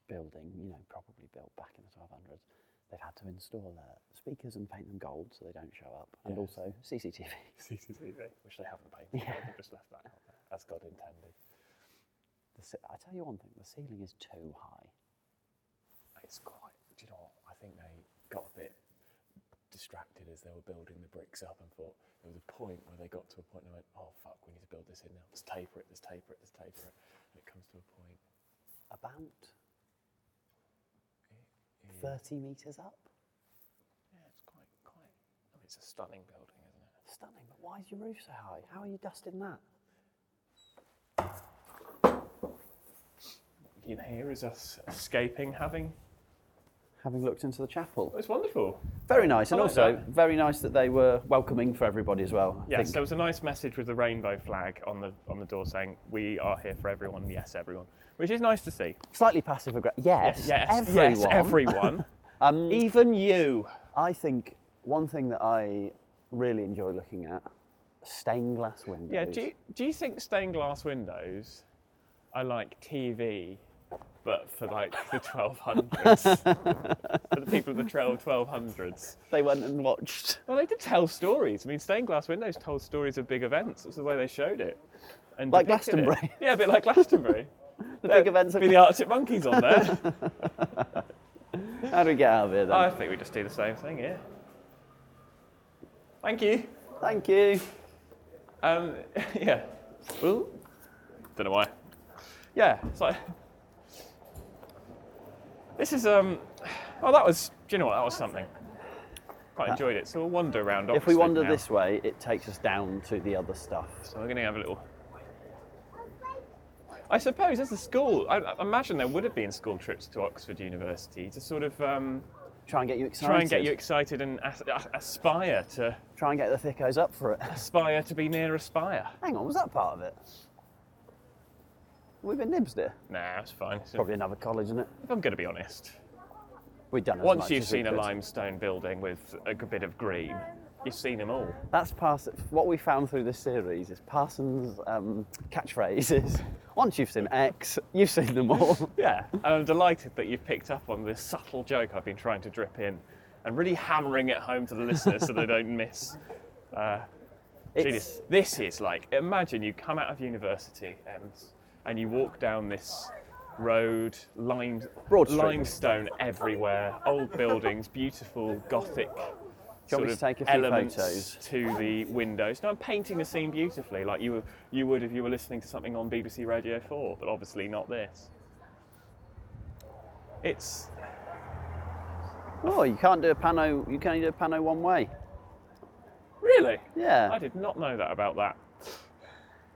[SPEAKER 1] building, you know, probably built back in the 1200s. They've had to install uh, speakers and paint them gold so they don't show up, and
[SPEAKER 2] Yes.
[SPEAKER 1] also CCTV.
[SPEAKER 2] CCTV, which they haven't painted.
[SPEAKER 1] Yeah.
[SPEAKER 2] They've just left that out there, as God intended.
[SPEAKER 1] The, ce- I tell you one thing, the ceiling is too high.
[SPEAKER 2] It's quite. Do you know? What? I think they got a bit distracted as they were building the bricks up and thought there was a point where they got to a point and went, "Oh fuck, we need to build this in now. Let's taper it. Let's taper it. Let's taper it." And it comes to a point.
[SPEAKER 1] About
[SPEAKER 2] It
[SPEAKER 1] 30 metres up.
[SPEAKER 2] Yeah, it's quite, quite. I mean, it's a stunning building, isn't it?
[SPEAKER 1] Stunning, but why is your roof so high? How are you dusting that?
[SPEAKER 2] You can hear is us escaping, having. oh,
[SPEAKER 1] Having looked into the chapel.
[SPEAKER 2] It's wonderful.
[SPEAKER 1] Very nice, and
[SPEAKER 2] I like
[SPEAKER 1] also
[SPEAKER 2] that.
[SPEAKER 1] very nice that they were welcoming for everybody as well. I
[SPEAKER 2] Yes,
[SPEAKER 1] think.
[SPEAKER 2] there was a nice message with the rainbow flag on the on the door saying, "We are here for everyone. Yes, everyone," which is nice to see.
[SPEAKER 1] Slightly passive aggressive. Yes,
[SPEAKER 2] yes,
[SPEAKER 1] everyone.
[SPEAKER 2] yes, everyone.
[SPEAKER 1] Um,
[SPEAKER 2] Even you.
[SPEAKER 1] I think one thing that I really enjoy looking at stained glass windows.
[SPEAKER 2] Yeah. Do you, do you think stained glass windows are like TV, but for like the 1200s, for the people of the 12 1200s?
[SPEAKER 1] They went and watched.
[SPEAKER 2] Well, they did tell stories. I mean, stained glass windows told stories of big events. That's the way they showed it. And
[SPEAKER 1] Like
[SPEAKER 2] depicted it.
[SPEAKER 1] Glastonbury.
[SPEAKER 2] Yeah, a bit like Glastonbury.
[SPEAKER 1] The big events are-
[SPEAKER 2] Be the Arctic Monkeys on there.
[SPEAKER 1] How do we get out of here then?
[SPEAKER 2] I think we just do the same thing, yeah. Thank you.
[SPEAKER 1] Thank you.
[SPEAKER 2] Um, yeah. Well, don't know why. Yeah, it's like this is um. Oh, that was. Do you know what? That was something. Quite enjoyed it. So we'll wander around.
[SPEAKER 1] Uh, If we
[SPEAKER 2] Oxford
[SPEAKER 1] wander
[SPEAKER 2] now.
[SPEAKER 1] this way, it takes us down to the other stuff.
[SPEAKER 2] so we're going to have a little. I suppose as a school, I, I imagine there would have been school trips to Oxford University to sort of um,
[SPEAKER 1] Try and get you excited.
[SPEAKER 2] try and get you excited and as, a- aspire to
[SPEAKER 1] Try and get the thickos up for it.
[SPEAKER 2] aspire to be near Aspire.
[SPEAKER 1] Hang on, was that part of it? We've been nibs there.
[SPEAKER 2] Nah, it's fine. It's-
[SPEAKER 1] Probably another college, isn't it?
[SPEAKER 2] If I'm going to be honest,
[SPEAKER 1] We've done as
[SPEAKER 2] Once
[SPEAKER 1] much
[SPEAKER 2] you've
[SPEAKER 1] as we
[SPEAKER 2] seen a
[SPEAKER 1] could.
[SPEAKER 2] limestone building with a g- bit of green, you've seen them all.
[SPEAKER 1] That's Parsons. What we found through this series is Parsons' um, catchphrases. Once you've seen X, you've seen them all.
[SPEAKER 2] Yeah, and I'm delighted that you've picked up on this subtle joke I've been trying to drip in and really hammering it home to the listeners so they don't miss.
[SPEAKER 1] It's,
[SPEAKER 2] Genius. This is like, imagine you come out of university and, and you walk down this road, lime,
[SPEAKER 1] Broad Street.
[SPEAKER 2] limestone everywhere, old buildings, beautiful gothic
[SPEAKER 1] want
[SPEAKER 2] sort
[SPEAKER 1] me
[SPEAKER 2] of
[SPEAKER 1] to take a few
[SPEAKER 2] elements
[SPEAKER 1] photos?
[SPEAKER 2] to the windows. No, I'm painting the scene beautifully, like you, were, you would if you were listening to something on BBC Radio 4, but obviously not this. It's
[SPEAKER 1] oh, you can't do a pano. You can't do a pano one way.
[SPEAKER 2] really, I
[SPEAKER 1] Yeah.
[SPEAKER 2] did not know that about that.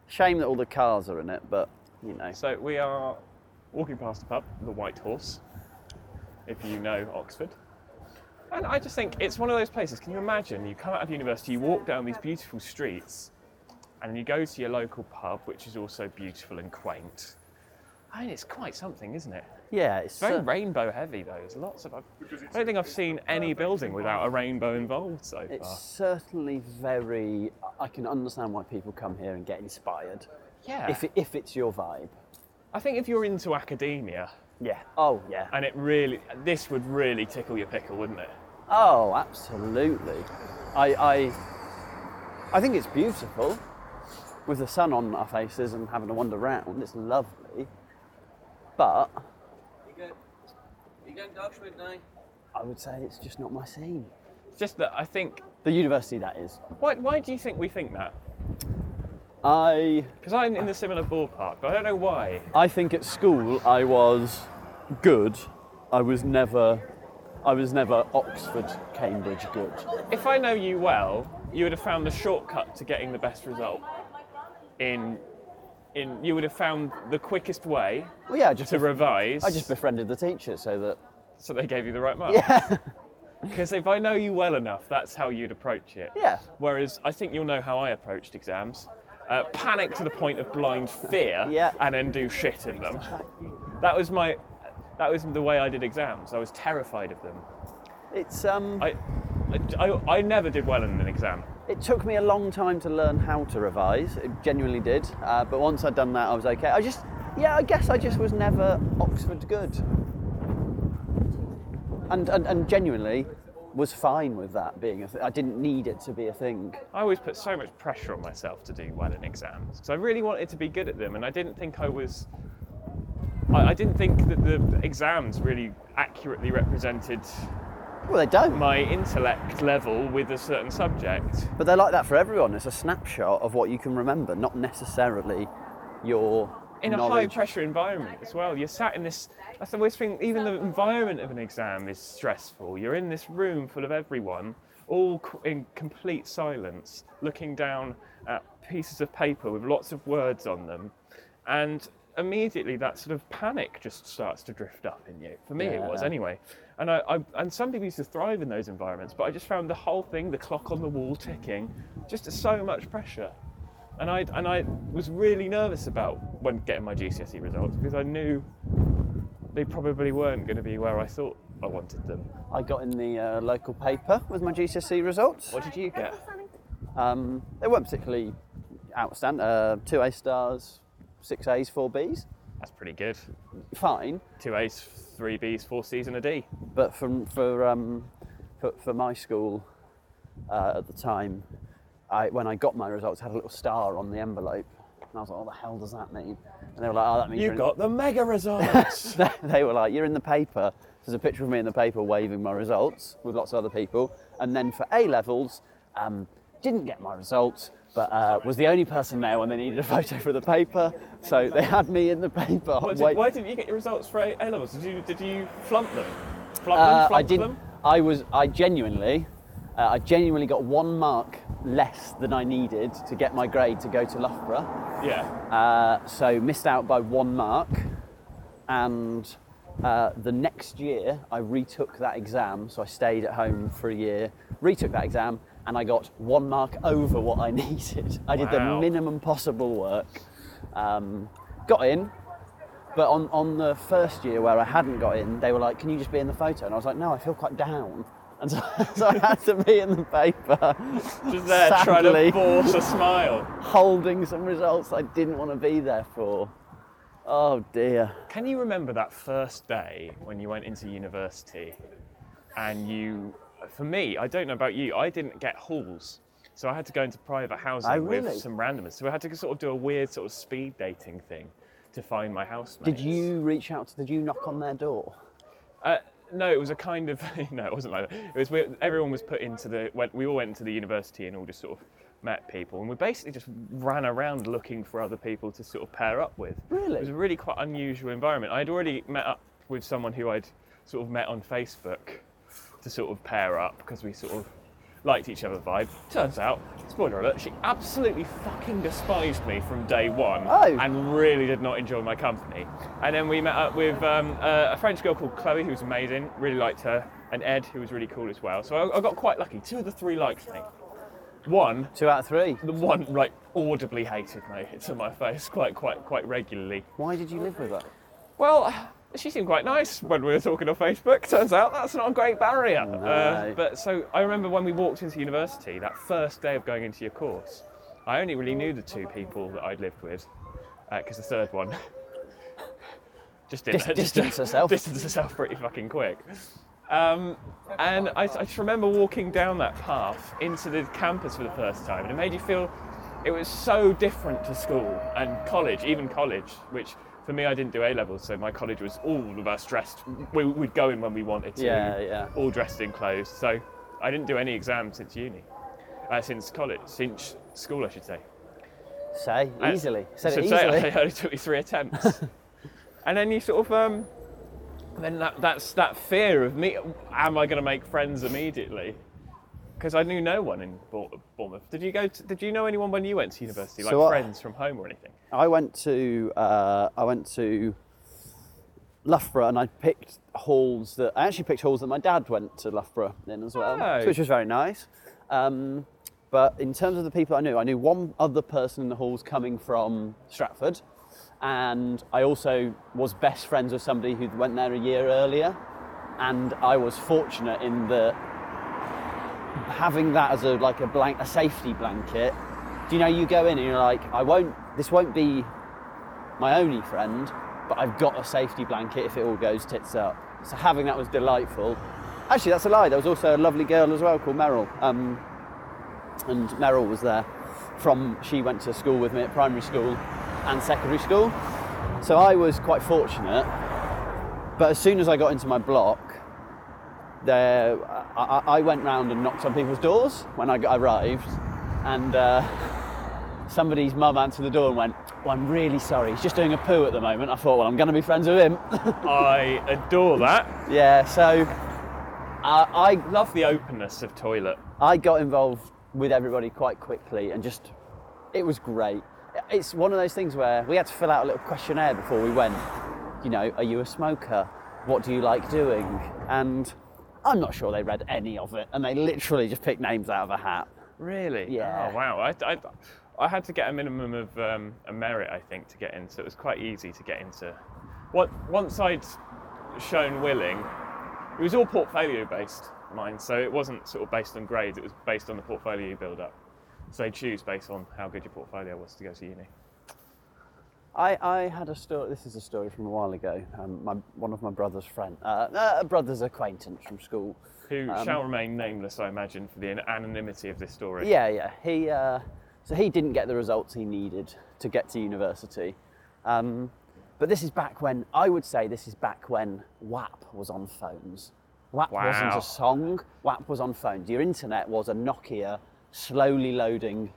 [SPEAKER 1] Shame that all the cars are in it, but you know.
[SPEAKER 2] So we are walking past a pub, the White Horse, if you know Oxford. And I just think it's one of those places. Can you imagine? You come out of university, you walk down these beautiful streets, and you go to your local pub, which is also beautiful and quaint. I mean, it's quite something, isn't it?
[SPEAKER 1] Yeah, it's
[SPEAKER 2] Very
[SPEAKER 1] cer-
[SPEAKER 2] rainbow heavy, though. There's lots of. I don't think I've seen any building without a rainbow involved so
[SPEAKER 1] it's
[SPEAKER 2] far.
[SPEAKER 1] certainly very. I can understand why people come here and get inspired.
[SPEAKER 2] Yeah.
[SPEAKER 1] If it, if it's your vibe.
[SPEAKER 2] I think if you're into academia,
[SPEAKER 1] Yeah. Oh yeah.
[SPEAKER 2] and it really, this would really tickle your pickle, wouldn't it?
[SPEAKER 1] Oh, absolutely. I, I, I think it's beautiful with the sun on our faces and having a wander round. It's lovely. But
[SPEAKER 3] You going to Oxford now?
[SPEAKER 1] I would say it's just not my scene.
[SPEAKER 2] It's just that I think
[SPEAKER 1] The university, that is.
[SPEAKER 2] Why, why do you think we think that?
[SPEAKER 1] I,
[SPEAKER 2] Because I'm in the similar ballpark, but I don't know why.
[SPEAKER 1] I think at school I was good. I was never, I was never Oxford, Cambridge good.
[SPEAKER 2] If I know you well, you would have found the shortcut to getting the best result. In, in you would have found the quickest way
[SPEAKER 1] Well, yeah, I just,
[SPEAKER 2] to revise,
[SPEAKER 1] I just befriended the teacher so that
[SPEAKER 2] so they gave you the right mark.
[SPEAKER 1] yeah,
[SPEAKER 2] Because if I know you well enough, that's how you'd approach it.
[SPEAKER 1] yeah.
[SPEAKER 2] Whereas I think you'll know how I approached exams. Uh, panic to the point of blind fear
[SPEAKER 1] Yeah.
[SPEAKER 2] and then do shit in them. That was my that was the way I did exams. I was terrified of them.
[SPEAKER 1] It's um.
[SPEAKER 2] I, I, I- I never did well in an exam.
[SPEAKER 1] It took me a long time to learn how to revise. It genuinely did. Uh, but once I'd done that, I was okay. I just, yeah, I guess I just was never Oxford good. And, and, and genuinely was fine with that being a th- I didn't need it to be a thing.
[SPEAKER 2] I always put so much pressure on myself to do well in exams because I really wanted to be good at them, and I didn't think I was. I, I didn't think that the exams really accurately represented
[SPEAKER 1] Well, they don't.
[SPEAKER 2] my intellect level with a certain subject.
[SPEAKER 1] But they're like that for everyone. It's a snapshot of what you can remember, not necessarily your
[SPEAKER 2] in a high
[SPEAKER 1] knowledge.
[SPEAKER 2] pressure environment as well. You're sat in this. That's the worst thing. Even the environment of an exam is stressful. You're in this room full of everyone, all c- in complete silence, looking down at pieces of paper with lots of words on them, and immediately that sort of panic just starts to drift up in you. For me, it was
[SPEAKER 1] Yeah.
[SPEAKER 2] anyway. And I, I and some people used to thrive in those environments, but I just found the whole thing, the clock on the wall ticking, just so much pressure and I and I was really nervous about when getting my GCSE E results because I knew they probably weren't going to be where I thought I wanted them.
[SPEAKER 1] I got in the uh, local paper with my GCSE E results.
[SPEAKER 2] What did you get?
[SPEAKER 1] Um, they weren't particularly outstanding. Uh, two A stars, six A's, four B's.
[SPEAKER 2] That's pretty good.
[SPEAKER 1] Fine,
[SPEAKER 2] Two A's, three B's, four C's, and a D.
[SPEAKER 1] but from for um, for, for my school uh, at the time, I, when I got my results, I had a little star on the envelope, and I was like, "What the hell does that mean?" And they were like, "Oh, that means
[SPEAKER 2] You
[SPEAKER 1] are
[SPEAKER 2] got the mega results.
[SPEAKER 1] they, they were like, "You're in the paper." There's a picture of me in the paper waving my results with lots of other people. And then for A levels, um, didn't get my results, but uh, was the only person there when they needed a photo for the paper. So they had me in the paper.
[SPEAKER 2] Why
[SPEAKER 1] wait-
[SPEAKER 2] did, why didn't you get your results for A A levels? Did you did you flump them? Flump
[SPEAKER 1] Uh,
[SPEAKER 2] them? Flump
[SPEAKER 1] I didn't.
[SPEAKER 2] them?
[SPEAKER 1] I was. I genuinely. Uh, I genuinely got one mark less than I needed to get my grade to go to Loughborough.
[SPEAKER 2] Yeah.
[SPEAKER 1] Uh, so missed out by one mark, and uh, the next year I retook that exam. So I stayed at home for a year, retook that exam, and I got one mark over what I needed. I did the
[SPEAKER 2] Wow.
[SPEAKER 1] minimum possible work. Um, got in, but on, on the first year where I hadn't got in, they were like, Can you just be in the photo? And I was like, No, I feel quite down. And so, so I had to be in the paper,
[SPEAKER 2] Just there trying
[SPEAKER 1] sadly.
[SPEAKER 2] to force a smile.
[SPEAKER 1] holding some results I didn't want to be there for. Oh dear.
[SPEAKER 2] Can you remember that first day when you went into university and you, for me, I don't know about you, I didn't get halls. So I had to go into private housing
[SPEAKER 1] Oh,
[SPEAKER 2] with
[SPEAKER 1] really?
[SPEAKER 2] some randomers. So I had to sort of do a weird sort of speed dating thing to find my housemate.
[SPEAKER 1] Did you reach out to, did you knock on their door?
[SPEAKER 2] Uh, no, it was a kind of no, it wasn't like that. It was we, everyone was put into the went, we all went to the university and all just sort of met people, and we basically just ran around looking for other people to sort of pair up with.
[SPEAKER 1] Really?
[SPEAKER 2] it was a really quite unusual environment. I'd already met up with someone who I'd sort of met on Facebook to sort of pair up because we sort of liked each other vibe. Turns out, spoiler alert, she absolutely fucking despised me from day one
[SPEAKER 1] Oh.
[SPEAKER 2] and really did not enjoy my company. And then we met up with um, uh, a French girl called Chloe, who was amazing, really liked her, and Ed, who was really cool as well. So I, I got quite lucky. Two of the three liked me. One,
[SPEAKER 1] Two out of three.
[SPEAKER 2] the one like audibly hated me to my face quite, quite, quite regularly.
[SPEAKER 1] Why did you live with her?
[SPEAKER 2] Well, she seemed quite nice when we were talking on Facebook. Turns out that's not a great barrier. Uh,
[SPEAKER 1] No.
[SPEAKER 2] but so I remember when we walked into university, that first day of going into your course, I only really knew the two people that I'd lived with, because the third one just didn't
[SPEAKER 1] Dis- distance herself.
[SPEAKER 2] distance herself pretty fucking quick. Um, and I, I just remember walking down that path into the campus for the first time, and it made you feel it was so different to school and college, even college, which for me I didn't do A levels, so my college was all of us dressed. We, we'd go in when we wanted to,
[SPEAKER 1] Yeah, yeah.
[SPEAKER 2] all dressed in clothes. So I didn't do any exams since uni, uh, since college, since school, I should say.
[SPEAKER 1] Say,
[SPEAKER 2] I-
[SPEAKER 1] easily. Said
[SPEAKER 2] should
[SPEAKER 1] it
[SPEAKER 2] say,
[SPEAKER 1] easily.
[SPEAKER 2] I only took me three attempts. and then you sort of, um, then that, that's that fear of me. Am I going to make friends immediately? Because I knew no one in Bour- Bournemouth. Did you go? To, did you know anyone when you went to university, like
[SPEAKER 1] So I-
[SPEAKER 2] friends from home or anything?
[SPEAKER 1] I went to uh, I went to Loughborough and I picked halls that I actually picked halls that my dad went to Loughborough in as well,
[SPEAKER 2] Oh.
[SPEAKER 1] which was very nice. Um, but in terms of the people I knew, I knew one other person in the halls coming from Stratford, and I also was best friends with somebody who went there a year earlier, and I was fortunate in that having that as a like a blank a safety blanket do you know you go in and you're like i won't this won't be my only friend but i've got a safety blanket if it all goes tits up so having that was delightful actually that's a lie there was also a lovely girl as well called meryl um, and meryl was there from she went to school with me at primary school and secondary school so i was quite fortunate but as soon as i got into my block there, I, I- I went round and knocked on people's doors when I got- arrived, and uh, somebody's mum answered the door and went, oh, I'm really sorry, he's just doing a poo at the moment. I thought, well, I'm going to be friends with him.
[SPEAKER 2] I adore that.
[SPEAKER 1] yeah, so uh, I love
[SPEAKER 2] The openness of toilet.
[SPEAKER 1] I got involved with everybody quite quickly and just, it was great. It's one of those things where we had to fill out a little questionnaire before we went. You know, are you a smoker? What do you like doing? And I'm not sure they read any of it and they literally just picked names out of a hat.
[SPEAKER 2] Really?
[SPEAKER 1] Yeah.
[SPEAKER 2] Oh wow. I, I, I had to get a minimum of um, a merit, I think, to get in. So it was quite easy to get into. What once I'd shown willing, it was all portfolio based mine. So it wasn't sort of based on grades. It was based on the portfolio you build up. So they choose based on how good your portfolio was to go to uni.
[SPEAKER 1] I, I had a story. This is a story from a while ago. Um, my, one of my brother's friend, uh, a brother's acquaintance from school.
[SPEAKER 2] Who
[SPEAKER 1] Um,
[SPEAKER 2] shall remain nameless, I imagine, for the anonymity of this story.
[SPEAKER 1] Yeah, yeah. He uh, so he didn't get the results he needed to get to university. Um, but this is back when I would say this is back when WAP was on phones. WAP wasn't
[SPEAKER 2] Wow.
[SPEAKER 1] a song. WAP was on phones. Your internet was a Nokia slowly loading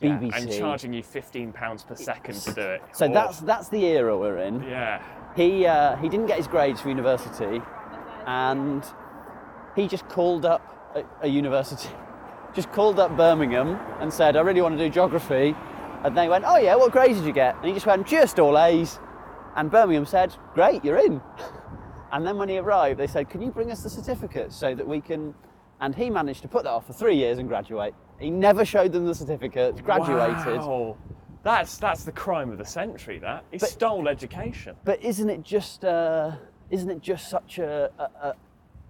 [SPEAKER 2] Yeah,
[SPEAKER 1] BBC.
[SPEAKER 2] And charging you fifteen pounds per second to do it.
[SPEAKER 1] so
[SPEAKER 2] Oh,
[SPEAKER 1] that's that's the era we're in.
[SPEAKER 2] yeah.
[SPEAKER 1] he uh, he didn't get his grades for university, and he just called up a, a university, just called up Birmingham and said, "I really want to do geography," and they went, "Oh yeah, what grades did you get?" And he just went, "Just all A's," and Birmingham said, "Great, you're in." And then when he arrived, they said, "Can you bring us the certificate so that we can?" And he managed to put that off for three years and graduate. He never showed them the certificate. Graduated.
[SPEAKER 2] Wow. That's that's the crime of the century. That he stole education.
[SPEAKER 1] But isn't it just uh, isn't it just such a, a a-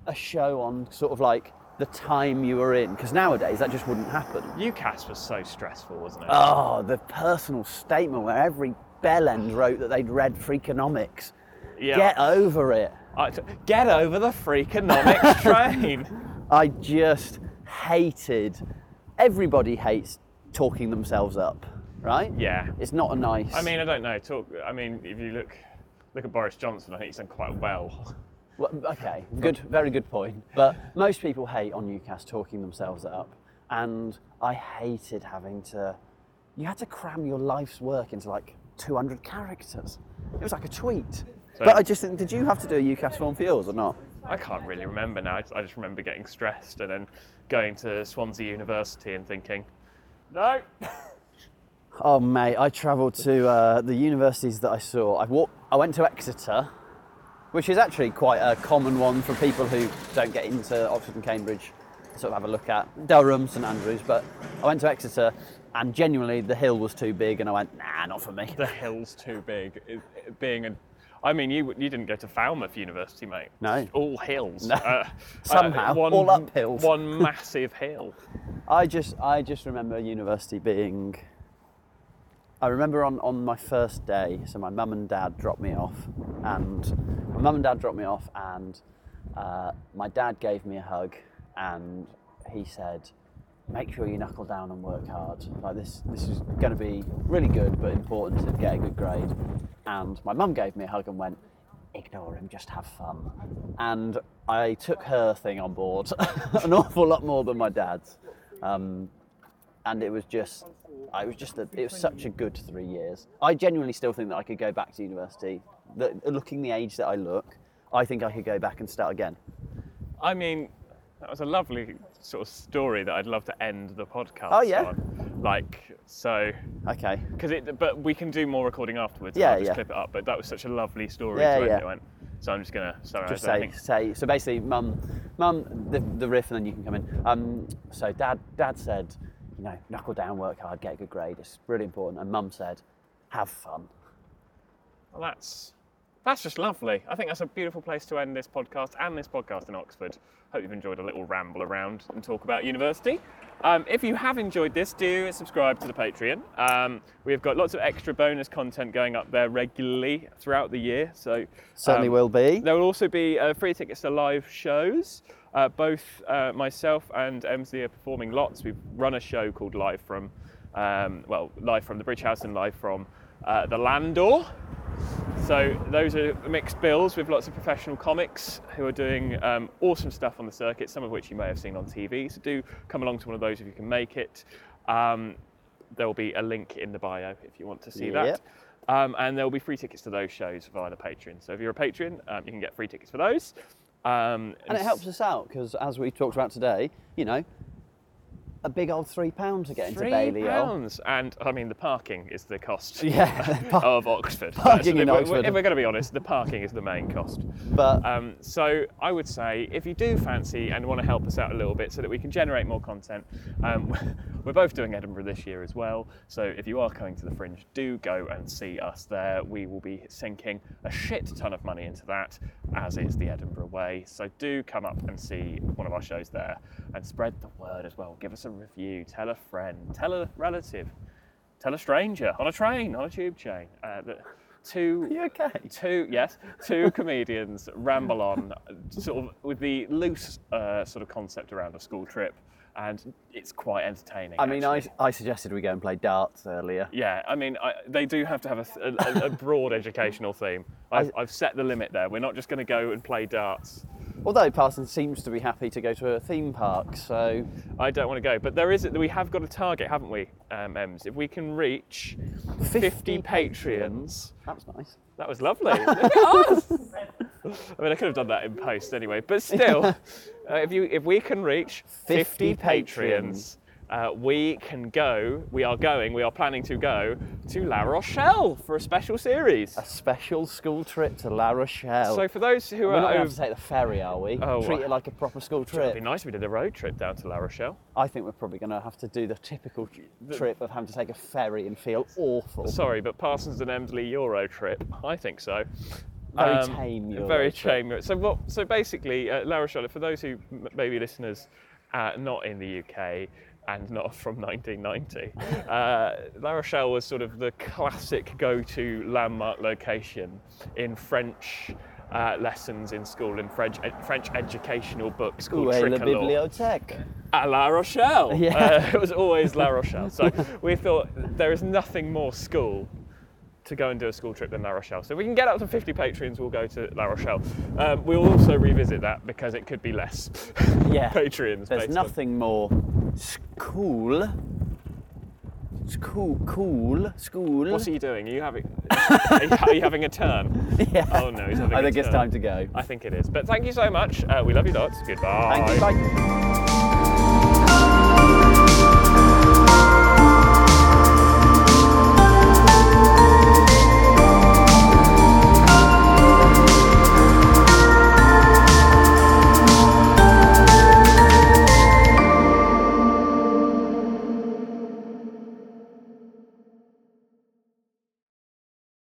[SPEAKER 1] a show on sort of like the time you were in? Because nowadays that just wouldn't happen.
[SPEAKER 2] UCAS was so stressful, wasn't it?
[SPEAKER 1] Oh, the personal statement where every bellend wrote that they'd read Freakonomics.
[SPEAKER 2] Yeah.
[SPEAKER 1] Get over it.
[SPEAKER 2] I- get over the freakonomics train.
[SPEAKER 1] I just hated. Everybody hates talking themselves up, right?
[SPEAKER 2] Yeah.
[SPEAKER 1] It's not a nice.
[SPEAKER 2] I mean, I don't know. Talk. I mean, if you look look at Boris Johnson, I think he's done quite well.
[SPEAKER 1] Well, okay, good, very good point. But most people hate on UCAS talking themselves up, and I hated having to. You had to cram your life's work into like 200 characters. It was like a tweet. but I just think, did you have to do a UCAS form for yours or not?
[SPEAKER 2] I can't really remember now. I just- I just remember getting stressed and then going to Swansea University and thinking, no.
[SPEAKER 1] Oh mate, I travelled to uh, the universities that I saw. I walked, I went to Exeter, which is actually quite a common one for people who don't get into Oxford and Cambridge. Sort of have a look at Durham, St Andrews, but I went to Exeter, and genuinely the hill was too big, and I went, nah, not for me.
[SPEAKER 2] The hill's too big. It- it being a, I mean, you you didn't go to Falmouth University, mate.
[SPEAKER 1] No.
[SPEAKER 2] It's all hills. Uh,
[SPEAKER 1] No. Somehow, all up hills.
[SPEAKER 2] One massive hill.
[SPEAKER 1] I just, I just remember university being. I remember on, on my first day, so my mum and dad dropped me off, and my mum and dad dropped me off, and uh, my dad gave me a hug, and he said, "Make sure you knuckle down and work hard. Like this, this is going to be really good, but important to get a good grade." And my mum gave me a hug and went, "Ignore him, just have fun." And I took her thing on board an awful lot more than my dad's. Um, and it was just I was just a, it was such a good three years. I genuinely still think that I could go back to university. The, looking the age that I look, I think I could go back and start again.
[SPEAKER 2] I mean, that was a lovely sort of story that I'd love to end the podcast.
[SPEAKER 1] Oh, yeah?
[SPEAKER 2] on. Like so,
[SPEAKER 1] Okay.
[SPEAKER 2] because it. But we can do more recording afterwards.
[SPEAKER 1] Yeah,
[SPEAKER 2] I'll just
[SPEAKER 1] yeah.
[SPEAKER 2] Clip it up. But that was such a lovely story
[SPEAKER 1] Yeah,
[SPEAKER 2] to end
[SPEAKER 1] yeah.
[SPEAKER 2] it on. So I'm just gonna summarize
[SPEAKER 1] Just
[SPEAKER 2] it. I
[SPEAKER 1] say
[SPEAKER 2] think.
[SPEAKER 1] say so basically mum mum the, the riff and then you can come in. Um, so dad dad said, you know, knuckle down, work hard, get a good grade. It's really important. And mum said, have fun.
[SPEAKER 2] Well, that's that's just lovely. I think that's a beautiful place to end this podcast and this podcast in Oxford. Hope you've enjoyed a little ramble around and talk about university. Um, if you have enjoyed this, do subscribe to the Patreon. Um, we've got lots of extra bonus content going up there regularly throughout the year. So
[SPEAKER 1] Certainly
[SPEAKER 2] um,
[SPEAKER 1] will be.
[SPEAKER 2] There will also be uh, free tickets to live shows. Uh, both uh, myself and MZ are performing lots. We've run a show called Live from, um, well, Live from the Bridge House and Live from uh, the Landor. So those are mixed bills with lots of professional comics who are doing um, awesome stuff on the circuit, some of which you may have seen on TV. So do come along to one of those if you can make it. Um, there will be a link in the bio if you want to see
[SPEAKER 1] Yep.
[SPEAKER 2] that. Um, and there will be free tickets to those shows via the Patreon. So if you're a patron, um, you can get free tickets for those. Um,
[SPEAKER 1] And it helps us out because, as we talked about today, you know, a big old three pounds to get into
[SPEAKER 2] Three
[SPEAKER 1] Balliol.
[SPEAKER 2] pounds, and I mean the parking is the cost
[SPEAKER 1] Yeah,
[SPEAKER 2] of Oxford.
[SPEAKER 1] Parking in
[SPEAKER 2] If we're-
[SPEAKER 1] Oxford.
[SPEAKER 2] If we're going to be honest, the parking is the main cost.
[SPEAKER 1] but
[SPEAKER 2] Um, so I would say if you do fancy and want to help us out a little bit so that we can generate more content, um, we're both doing Edinburgh this year as well. So if you are coming to the Fringe, do go and see us there. We will be sinking a shit ton of money into that, as is the Edinburgh way. So do come up and see one of our shows there and spread the word as well. Give us a review, tell a friend, tell a relative, tell a stranger on a train, on a tube train. Uh, the, two
[SPEAKER 1] you okay?
[SPEAKER 2] two yes two comedians ramble on sort of with the loose uh, sort of concept around a school trip and it's quite entertaining
[SPEAKER 1] I mean, I,
[SPEAKER 2] actually.
[SPEAKER 1] I suggested we go and play darts earlier.
[SPEAKER 2] yeah i mean I, they do have to have a, th- a, a broad educational theme I've, I've set the limit there we're not just going to go and play darts
[SPEAKER 1] Although Parson seems to be happy to go to a theme park, so
[SPEAKER 2] i don't want to go but there is we have got a target haven't we um, ems if we can reach 50,
[SPEAKER 1] 50
[SPEAKER 2] patrons
[SPEAKER 1] that's nice.
[SPEAKER 2] That was lovely. Look at us. I mean, I could have done that in post anyway, but still, uh, if you if we can reach 50,
[SPEAKER 1] 50
[SPEAKER 2] patrons, uh, we can go. We are going. We are planning to go to La Rochelle for a special series.
[SPEAKER 1] A special school trip to La Rochelle.
[SPEAKER 2] So for those who
[SPEAKER 1] We're not going
[SPEAKER 2] are,
[SPEAKER 1] to have
[SPEAKER 2] over,
[SPEAKER 1] to take the ferry, are we?
[SPEAKER 2] Oh,
[SPEAKER 1] Treat
[SPEAKER 2] well.
[SPEAKER 1] it like a proper school
[SPEAKER 2] it'd be
[SPEAKER 1] trip.
[SPEAKER 2] nice if we did a road trip down to La Rochelle.
[SPEAKER 1] I think we're probably going to have to do the typical t- trip of having to take a ferry and feel awful.
[SPEAKER 2] Sorry, but Parsons and Emsley Euro trip. I think so.
[SPEAKER 1] Very
[SPEAKER 2] Um,
[SPEAKER 1] tame Euro
[SPEAKER 2] Very
[SPEAKER 1] trip.
[SPEAKER 2] tame. Euro- So what? So basically, uh, La Rochelle. For those who m- maybe listeners uh, not in the UK and not from 1990, uh, La Rochelle was sort of the classic go-to landmark location in French. Uh, lessons in school in French French educational books called
[SPEAKER 1] Ooh, eh, la
[SPEAKER 2] Tricolore
[SPEAKER 1] bibliothèque.
[SPEAKER 2] at La Rochelle.
[SPEAKER 1] Yeah.
[SPEAKER 2] Uh, it was always La Rochelle. So we thought there is nothing more school to go and do a school trip than La Rochelle. So if we can get up to 50 patrons, we'll go to La Rochelle. Um, we'll also revisit that because it could be less
[SPEAKER 1] Yeah.
[SPEAKER 2] patrons.
[SPEAKER 1] There's
[SPEAKER 2] based on-
[SPEAKER 1] nothing more school. School, cool, school.
[SPEAKER 2] What are you doing? Are you having? are, you, are you having a turn?
[SPEAKER 1] Yeah.
[SPEAKER 2] Oh no, he's having
[SPEAKER 1] I
[SPEAKER 2] a
[SPEAKER 1] think it's
[SPEAKER 2] turn.
[SPEAKER 1] time to go.
[SPEAKER 2] I think it is. But thank you so much. Uh, we love you lots. Goodbye.
[SPEAKER 1] Thank you. Bye.